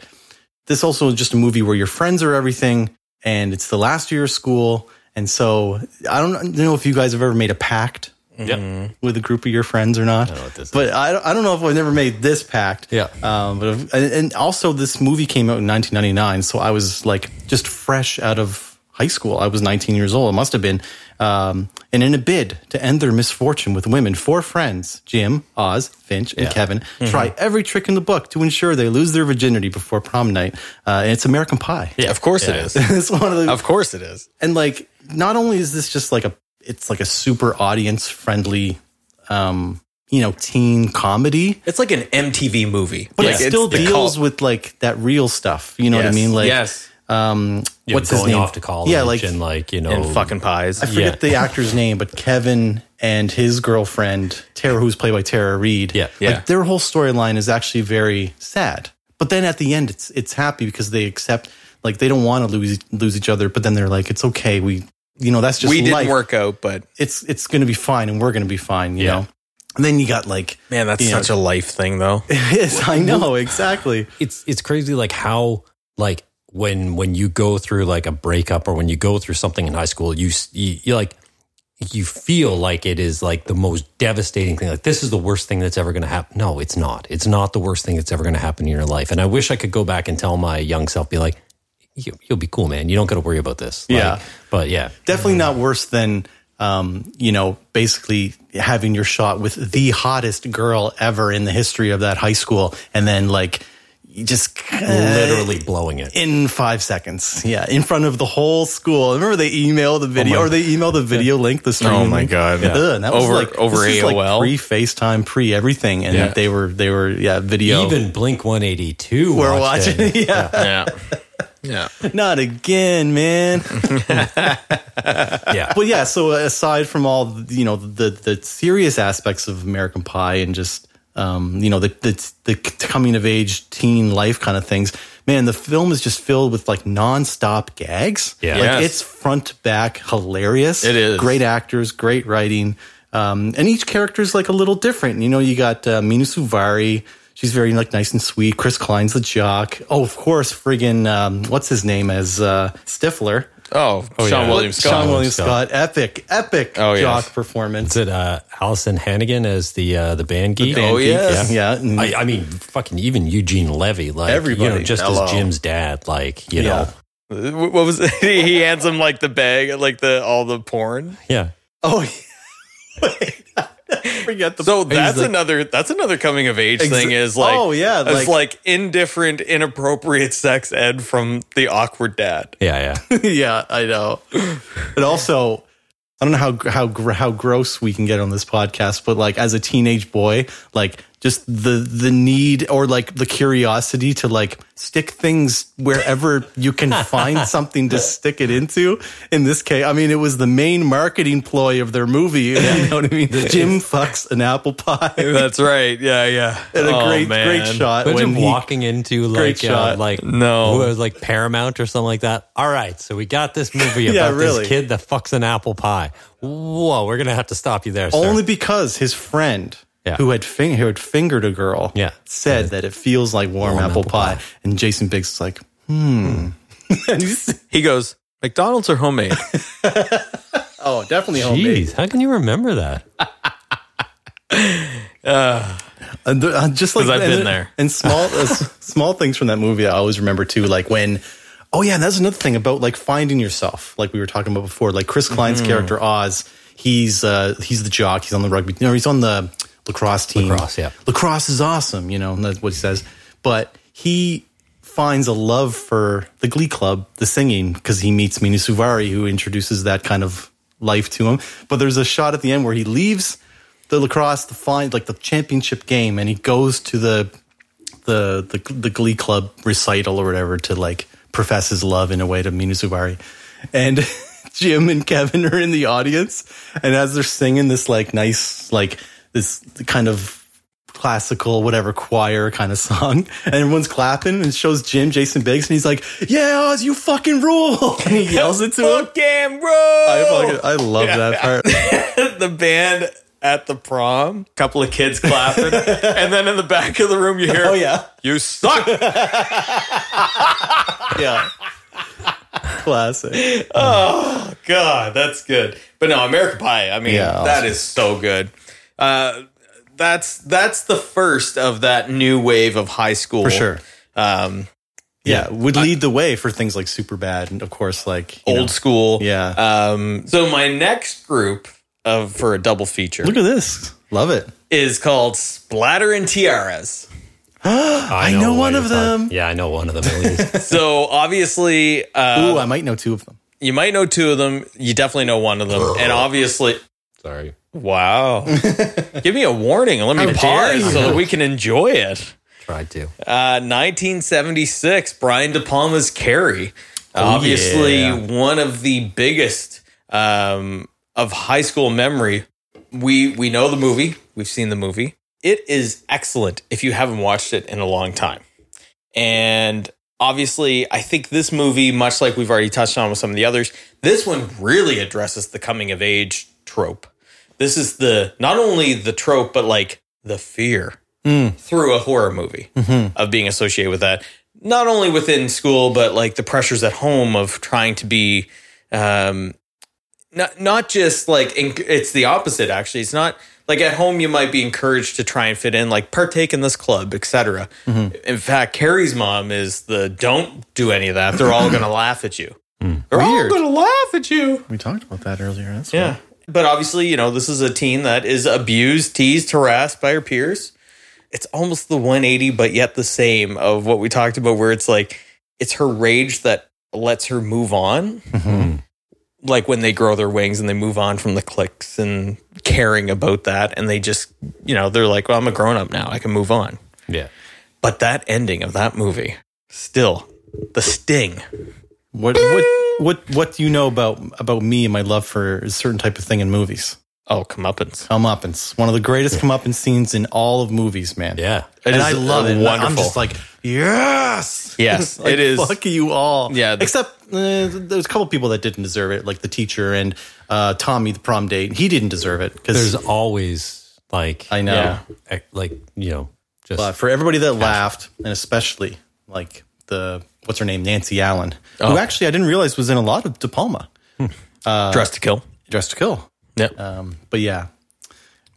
this also is just a movie where your friends are everything, and it's the last year of school, and so I don't know if you guys have ever made a pact Yeah, with a group of your friends or not. I don't know what this but I don't, I don't know if I've never made this pact. Oh, Yeah. Um, but if, and, and also this movie came out in 1999, so I was like just fresh out of high school. I was 19 years old. It must have been. Um, And in a bid to end their misfortune with women, four friends, Jim, Oz, Finch, and Kevin, try every trick in the book to ensure they lose their virginity before prom night. Uh, and it's American Pie. Yeah, of course it (laughs) is. it's one of the of course it is. and like not only is this just like a it's like a super audience friendly um you know teen comedy It's like an MTV movie, but Like, it it's still the deals cult. with like that real stuff you know what i Yes, mean like yes, um You know, what's going his name off to college? yeah like and like you know, and fucking pies. Oh. i forget the actor's name but kevin and his girlfriend tara who's played by tara reed Yeah, yeah. like their whole storyline is actually very sad but then at the end it's it's happy because they accept like they don't want to lose lose each other but then they're like it's okay we you know that's just we didn't life. work out, but it's it's going to be fine and we're going to be fine, you Yeah. know. And then you got like (laughs) man, that's You know. such a life thing, though. yes, I know exactly. it's it's crazy like how like when when you go through like a breakup or when you go through something in high school you s- you, you like you feel like it is like the most devastating thing like this is the worst thing that's ever going to happen no it's not it's not the worst thing that's ever going to happen in your life and i wish i could go back and tell my young self be like you, you'll be cool man you don't got to worry about this Like, Yeah. but yeah Definitely not worse than um, you know, basically having your shot with the hottest girl ever in the history of that high school and then like you (laughs) just literally blowing it in five seconds. Yeah, in front of the whole school. Remember they email the video or they email the (laughs) video link, the stream. Oh my link? God. Yeah. Ugh, and that Over- was like over this is, like, AOL. pre FaceTime, pre everything, and Yeah. they were they were yeah video. even blink 182 we're watched it. watching, (laughs) yeah. yeah, (laughs) yeah. Not again, (laughs) man. yeah but yeah, so aside from all the- you know the the serious aspects of American Pie and just um, you know the, the the coming of age teen life kind of things, man, the film is just filled with like nonstop gags. Yeah. like Yes. it's front to back hilarious. It is. great actors, great writing, um, and each character is like a little different. You know, you got uh, Mina Suvari. She's very like nice and sweet. Chris Klein's the jock. Oh, of course, friggin' um, what's his name as uh, Stifler. Oh, Sean yeah. William Scott. Sean William Scott. Scott. epic, epic Oh, yes. jock performance. is it uh allison hannigan as the uh the band geek Oh yes. Yeah, and- I, I mean, fucking even Eugene Levy, like you know, Everybody. just Hello. as Jim's dad, like you Yeah. know, What was it? (laughs) he hands him like the bag, like the all the porn. yeah, oh, yeah. (laughs) Wait, I forget the. So that's like- another that's another coming of age Exa- thing is like Oh, yeah, it's like, like- indifferent inappropriate sex ed from the awkward dad. yeah, (laughs) yeah. yeah, I know. But also, I don't know how how gr- how gross we can get on this podcast, but like as a teenage boy, like just the the need or like the curiosity to like stick things wherever you can find something to stick it into. In this case, I mean, it was the main marketing ploy of their movie. You know what I mean? Jim fucks an apple (laughs) pie. (laughs) That's right. Yeah, yeah. And a Oh, great, great man. shot Imagine when he walking into Great like uh, shot. like No. who was like Paramount or something like that. All right, so we got this movie about (laughs) Yeah, this really. kid that fucks an apple pie. Whoa, we're gonna have to stop you there. Sir. only because his friend Yeah. who had fing- who had fingered a girl Yeah. said that it feels like warm, apple, pie. and jason biggs is like (laughs) He goes, McDonald's are (laughs) homemade. oh definitely homemade Jeez, how can you remember that? and th- uh, just like 'Cause I've and- been there. and small uh, (laughs) s- small things from that movie i always remember too like when oh yeah and that's another thing about like finding yourself like we were talking about before like chris klein's Mm-hmm. character oz he's uh he's the jock he's on the rugby no he's on the lacrosse team Lacrosse, yeah. lacrosse is awesome you know and that's what he says but he finds a love for the Glee Club, the singing, because he meets Mina Suvari, who introduces that kind of life to him. But there's a shot at the end where he leaves the lacrosse, the fine, like the championship game, and he goes to the the the, the Glee Club recital or whatever to like profess his love in a way to Mina Suvari, and. (laughs) Jim and Kevin are in the audience, and as they're singing this like nice like this kind of classical whatever choir kind of song and everyone's clapping and it shows jim jason biggs and he's like yeah oz you fucking rule (laughs) and he yells it to him Fucking i, bro. fucking, I love that part (laughs) the band at the prom, couple of kids (laughs) clapping, and then in the back of the room you (laughs) hear, oh yeah you suck." (laughs) yeah classic God, that's good. But no, American Pie. I mean, Yeah, that is so good. Uh, that's that's the first of that new wave of high school for sure Um, yeah would lead the way for things like super bad and of course like you old know, school. yeah Um, so my next group of for a double feature Look at this. Love it. is called Splatter and (laughs) Tiaras. I, know, what one you're of talking- them. Yeah, I know one of them at (laughs) least. So obviously, uh, Ooh, I might know two of them. you might know two of them. You definitely know one of them, and obviously, Sorry. (laughs) wow. Give me a warning and let me How dare pause so you. that we can enjoy it. Tried to. Uh, 1976, Brian De Palma's Carrie. Obviously, Oh, yeah. one of the biggest um, of high school memory. We we know the movie. We've seen the movie. It is excellent if you haven't watched it in a long time. And obviously, I think this movie, much like we've already touched on with some of the others, this one really addresses the coming of age trope. This is the not only the trope, but like the fear through a horror movie of being associated with that. Not only within school, but like the pressures at home of trying to be, um, not not just like en- it's the opposite. Actually, it's not like at home you might be encouraged to try and fit in, like partake in this club, etc. In fact, Carrie's mom is the don't do any of that. They're all going to laugh at you. They're Weird. all going to laugh at you. We talked about that earlier. That's Yeah. But obviously, you know, this is a teen that is abused, teased, harassed by her peers. It's almost the 180, but yet the same of what we talked about, where it's like, it's her rage that lets her move on. Like when they grow their wings and they move on from the clicks and caring about that. And they just, you know, they're like, well, I'm a grown up now. I can move on. Yeah. But that ending of that movie, still the sting. What what what what do you know about about me and my love for a certain type of thing in movies? Oh, comeuppance. Comeuppance, one of the greatest comeuppance scenes in all of movies, man. Yeah. and is I love it. wonderful. I'm just like, yes, (laughs) Yes, Like, it is. Fuck you all. Yeah. except uh, there's a couple people that didn't deserve it, like the teacher and uh, Tommy, the prom date. He didn't deserve it There's because always like, I know. Yeah. ec- like you know, just But for everybody that laughed, and especially like the what's her name, Nancy Allen, Oh. who actually I didn't realize was in a lot of De Palma, Dress to kill. Dress to Kill. Yep. Um, but yeah,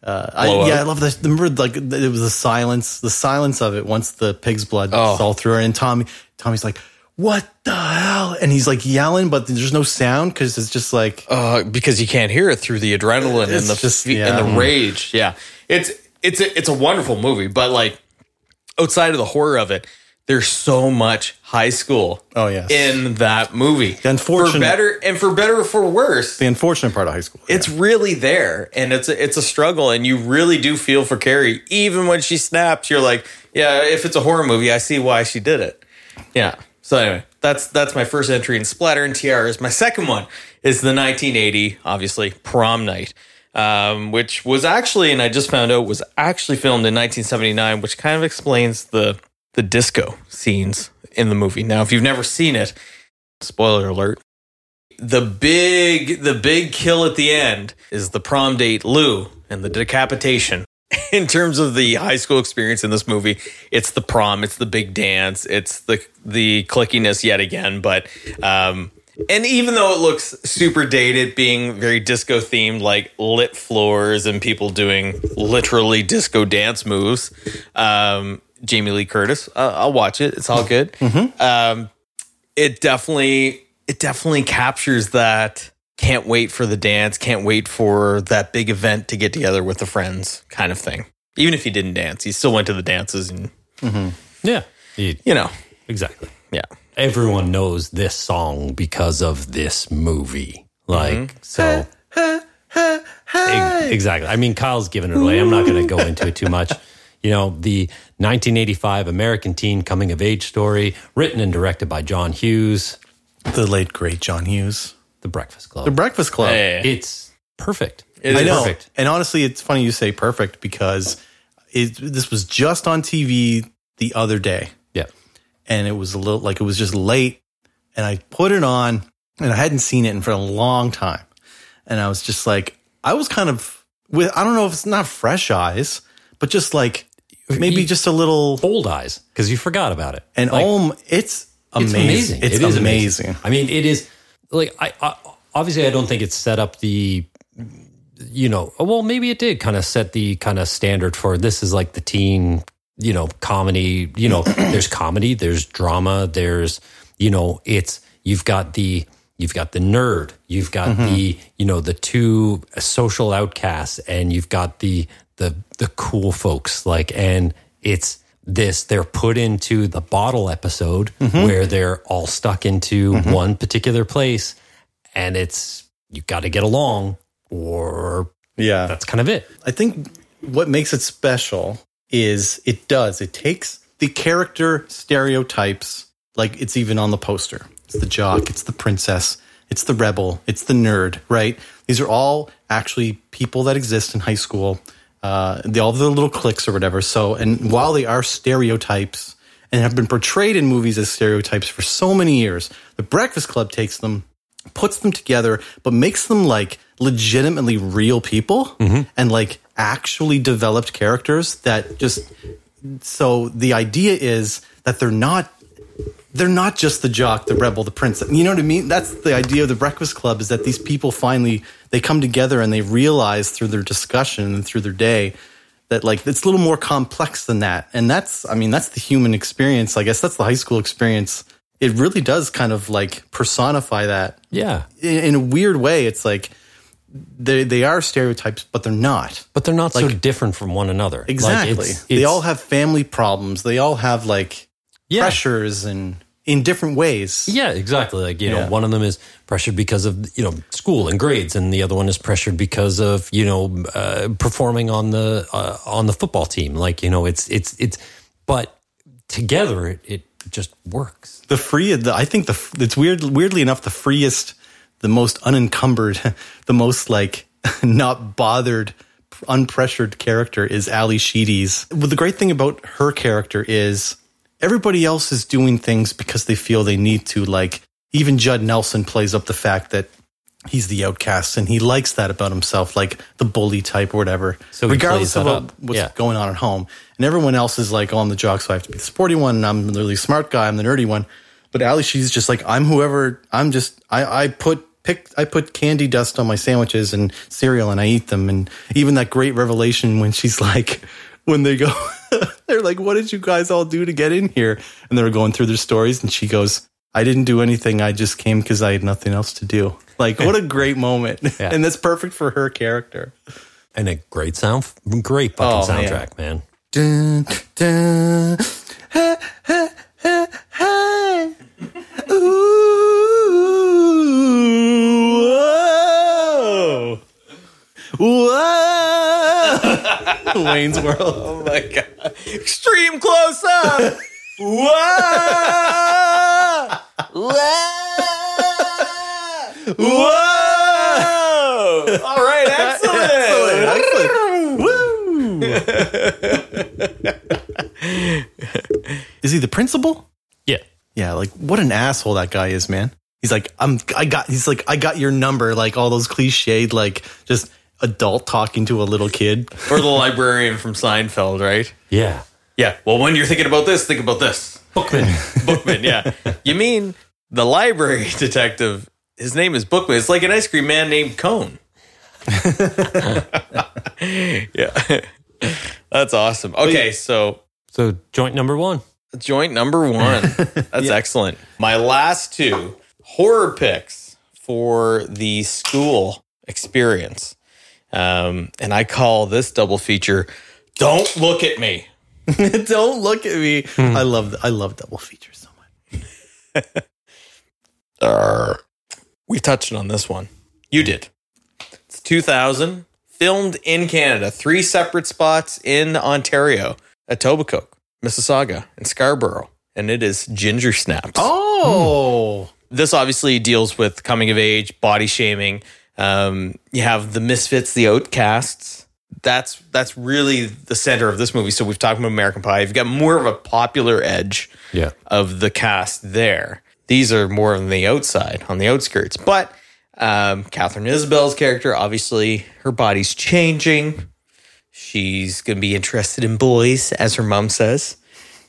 uh, Blow I, up. yeah, I love the remember like th- it was the silence, the silence of it once the pig's blood Oh. all through her, and Tommy, Tommy's like, "What the hell?" and he's like yelling, but there's no sound because it's just like Uh, because you can't hear it through the adrenaline and It's the just- fe- yeah. and the rage. Yeah, it's it's a, it's a wonderful movie, but like outside of the horror of it, there's so much high school. Oh, yes. in that movie, The unfortunate- for better and for better or for worse, the unfortunate part of high school. it's really there, and it's a, it's a struggle, and you really do feel for Carrie, even when she snaps. You're like, yeah, if it's a horror movie, I see why she did it. Yeah. So anyway, that's that's my first entry in Splatter and Tiaras. My second one is the 1980, obviously Prom Night, um, which was actually, and I just found out, was actually filmed in 1979, which kind of explains the the disco scenes in the movie. Now, if you've never seen it, spoiler alert. The big the big kill at the end is the prom date Lou and the decapitation. (laughs) In terms of the high school experience in this movie, it's the prom, it's the big dance, it's the the clickiness yet again, but um and even though it looks super dated being very disco themed like lit floors and people doing literally disco dance moves, um Jamie Lee Curtis, uh, I'll watch it. It's all good. Um it definitely it definitely captures that can't wait for the dance, can't wait for that big event to get together with the friends kind of thing. Even if he didn't dance, he still went to the dances and yeah, You- you know, exactly. yeah. Everyone knows this song because of this movie. Like Mm-hmm. so. Ex- Exactly. I mean, Kyle's given it away. I'm not going to go into it too much. You know, the 1985 American teen coming of age story, written and directed by John Hughes, the late great John Hughes, The Breakfast Club. The Breakfast Club. it's perfect. is I know. perfect. And honestly, it's funny you say perfect because it, this was just on TV the other day. Yeah. and it was a little like it was just late and i put it on and i hadn't seen it in for a long time and i was just like i was kind of with i don't know if it's not fresh eyes but just like maybe You- just a little Old eyes because you forgot about it. and Oh, Like, oh m- it's it's amazing amazing. it's It is amazing, I mean, it is like I, I obviously I don't think it's set up the you know well maybe it did kind of set the kind of standard for this is like the teen you know comedy you know there's comedy there's drama there's you know it's you've got the you've got the nerd, you've got the you know the two social outcasts, and you've got the the the cool folks. Like, and it's this they're put into the bottle episode where they're all stuck into one particular place, and it's you got to get along, or Yeah. that's kind of it. I think what makes it special is it does. It takes the character stereotypes, like it's even on the poster. It's the jock, it's the princess, it's the rebel, it's the nerd, right? These are all actually people that exist in high school. Uh, they all have their little cliques or whatever. So, and while they are stereotypes and have been portrayed in movies as stereotypes for so many years, The Breakfast Club takes them puts them together, but makes them like legitimately real people and like actually developed characters that just so the idea is that they're not they're not just the jock, the rebel, the prince. You know what I mean? That's the idea of the Breakfast Club is that these people finally they come together and they realize through their discussion and through their day that like it's a little more complex than that. And that's I mean that's the human experience. I guess that's the high school experience. It really does kind of like personify that Yeah, in, in a weird way, it's like they they are stereotypes, but they're not. but they're not so different from one another. Like, Exactly. it's- they it's- all have family problems. They all have like Yeah. pressures and in different ways. Yeah, exactly. Like, you Yeah. know, one of them is pressured because of, you know, school and grades and the other one is pressured because of, you know, uh, performing on the uh, on the football team. Like, you know, it's it's it's but together it, it just works. The free, the, I think the it's weird. Weirdly enough, the freest, the most unencumbered, (laughs) the most like (laughs) not bothered, unpressured character is Ali Sheedy's. Well, the great thing about her character is everybody else is doing things because they feel they need to. Like even Judd Nelson plays up the fact that he's the outcast and he likes that about himself, like the bully type or whatever. So he regardless plays of that what, up. what's Yeah. going on at home, and everyone else is like, "Oh, I'm the jock, so I have to be the sporty one, and I'm the really smart guy, I'm the nerdy one." But Ali, she's just like, "I'm whoever. I'm just. I, I put." Pick, I put candy dust on my sandwiches and cereal, and I eat them. And even that great revelation when she's (laughs) like, when they go, (laughs) they're like, "What did you guys all do to get in here?" And they're going through their stories, and she goes, I didn't do anything. I just came because I had nothing else to do. Like, (laughs) what a great moment. Yeah. and that's perfect for her character. And a great sound great fucking Oh, man. soundtrack, man. Dun, dun. Ha, ha, ha, ha. Ooh, whoa. Whoa. (laughs) Wayne's World. Oh my god! Extreme close up. Whoa. Whoa. All right, excellent. (laughs) Excellent. is he the principal? Yeah. Yeah, like what an asshole that guy is, man. He's like, I'm, I got, he's like, I got your number, like all those cliched, like just adult talking to a little kid. (laughs) Or the librarian from Seinfeld, right? Yeah. Yeah. Well, when you're thinking about this, think about this. Bookman. (laughs) Bookman, yeah. You mean the library (laughs) detective? His name is Bookman. It's like an ice cream man named Cone. (laughs) yeah. That's awesome. Okay, so so joint number one. joint number one. That's excellent. My last two horror picks for the school experience. Um, and I call this double feature Don't Look at Me. Don't look at me. Hmm. I love, I love double features so much. Arr. We touched on this one. You did. It's 2000, filmed in Canada, three separate spots in Ontario Etobicoke, Mississauga, and Scarborough. And it is Ginger Snaps. Oh, This obviously deals with coming of age, body shaming. Um, you have the misfits, the outcasts. That's that's really the center of this movie. So we've talked about American Pie. You've got more of a popular edge Yeah. of the cast there. These are more on the outside, on the outskirts. But um, Catherine Isabel's character, obviously, her body's changing. She's going to be interested in boys, as her mom says,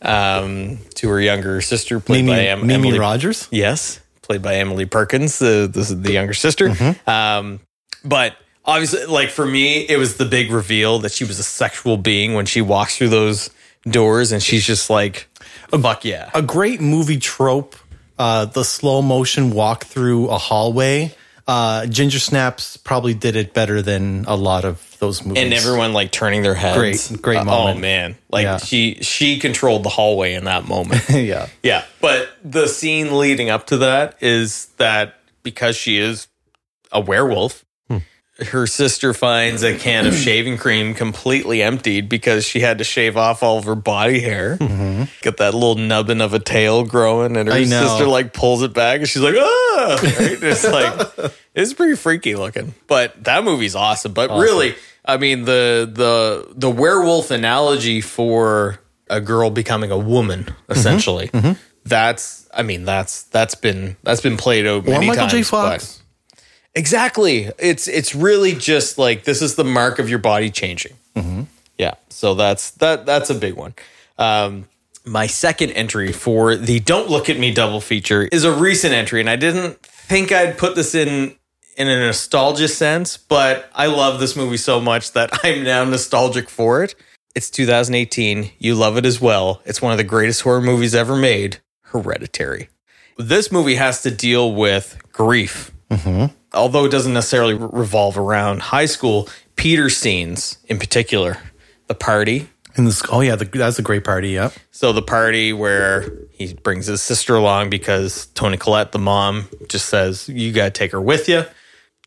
um, to her younger sister, played Hmm. by Mimi, em- Mimi Emily. Rogers. Yes, played by Emily Perkins, the the, the younger sister. Mm-hmm. Um, but obviously, like for me, it was the big reveal that she was a sexual being when she walks through those doors, and she's just like, "Fuck yeah!" A great movie trope uh, the slow motion walk through a hallway. Uh, Ginger Snaps probably did it better than a lot of those movies. and everyone like turning their heads. Great- great Uh, moment. Oh man, like Yeah. she she controlled the hallway in that (laughs) moment. yeah. yeah, but the scene leading up to that is that because she is a werewolf, Hmm. her sister finds a can of shaving cream completely emptied because she had to shave off all of her body hair. Got that little nubbin of a tail growing, and her Mm-hmm. I know. sister like pulls it back, and she's like, "Ah!" Right? It's like it's pretty freaky looking. But that movie's awesome. But really, I mean the the the werewolf analogy for a girl becoming a woman, Mm-hmm. essentially. That's I mean that's that's been that's been played out many Michael times. J. Fox. but- Exactly. It's it's really just like this is the mark of your body changing. Yeah. So that's that that's a big one. Um, my second entry for the "Don't Look at Me" double feature is a recent entry, and I didn't think I'd put this in in a nostalgia sense, but I love this movie so much that (laughs) I'm now nostalgic for it. It's 2018. You love it as well. It's one of the greatest horror movies ever made. Hereditary. This movie has to deal with grief although it doesn't necessarily re- revolve around high school, Peter scenes in particular, the party. And this, oh yeah, the, that's a great party. Yep. So the party where he brings his sister along because Tony Collette, the mom, just says, "You got to take her with you."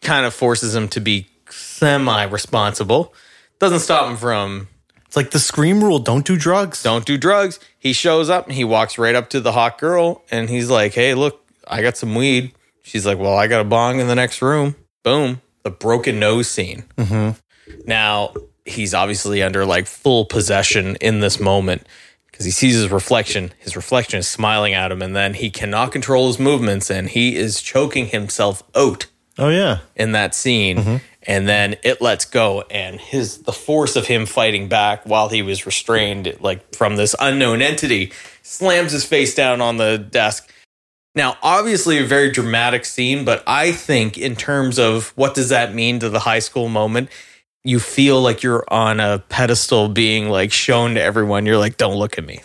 Kind of forces him to be semi-responsible. Doesn't stop him from It's like the Scream rule: don't do drugs. don't do drugs. He shows up and he walks right up to the hot girl and he's like, Hey, look, I got some weed. She's like, Well, I got a bong in the next room. Boom. The broken nose scene. Now, he's obviously under like full possession in this moment because he sees his reflection. His reflection is smiling at him and then he cannot control his movements and he is choking himself out Oh yeah. in that scene and then it lets go and his the force of him fighting back while he was restrained like from this unknown entity slams his face down on the desk now obviously a very dramatic scene but i think in terms of what does that mean to the high school moment you feel like you're on a pedestal being like shown to everyone you're like don't look at me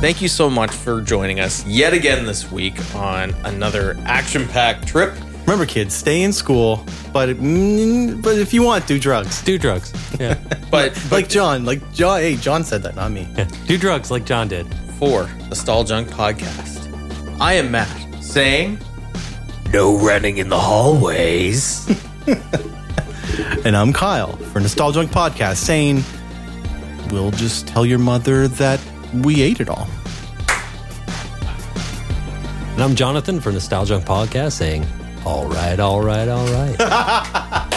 Thank you so much for joining us yet again this week on another action packed trip. Remember, kids, stay in school, but mm, but if you want, do drugs. Do drugs. Yeah. But Like John, like John. Hey, John said that, not me. Do drugs like John did. for the Stall Junk podcast, I am Matt saying, No running in the hallways. And I'm Kyle for Nostalgia Junk Podcast, saying we'll just tell your mother that we ate it all. And I'm Jonathan for Nostalgia Podcast saying, all right, all right, all right.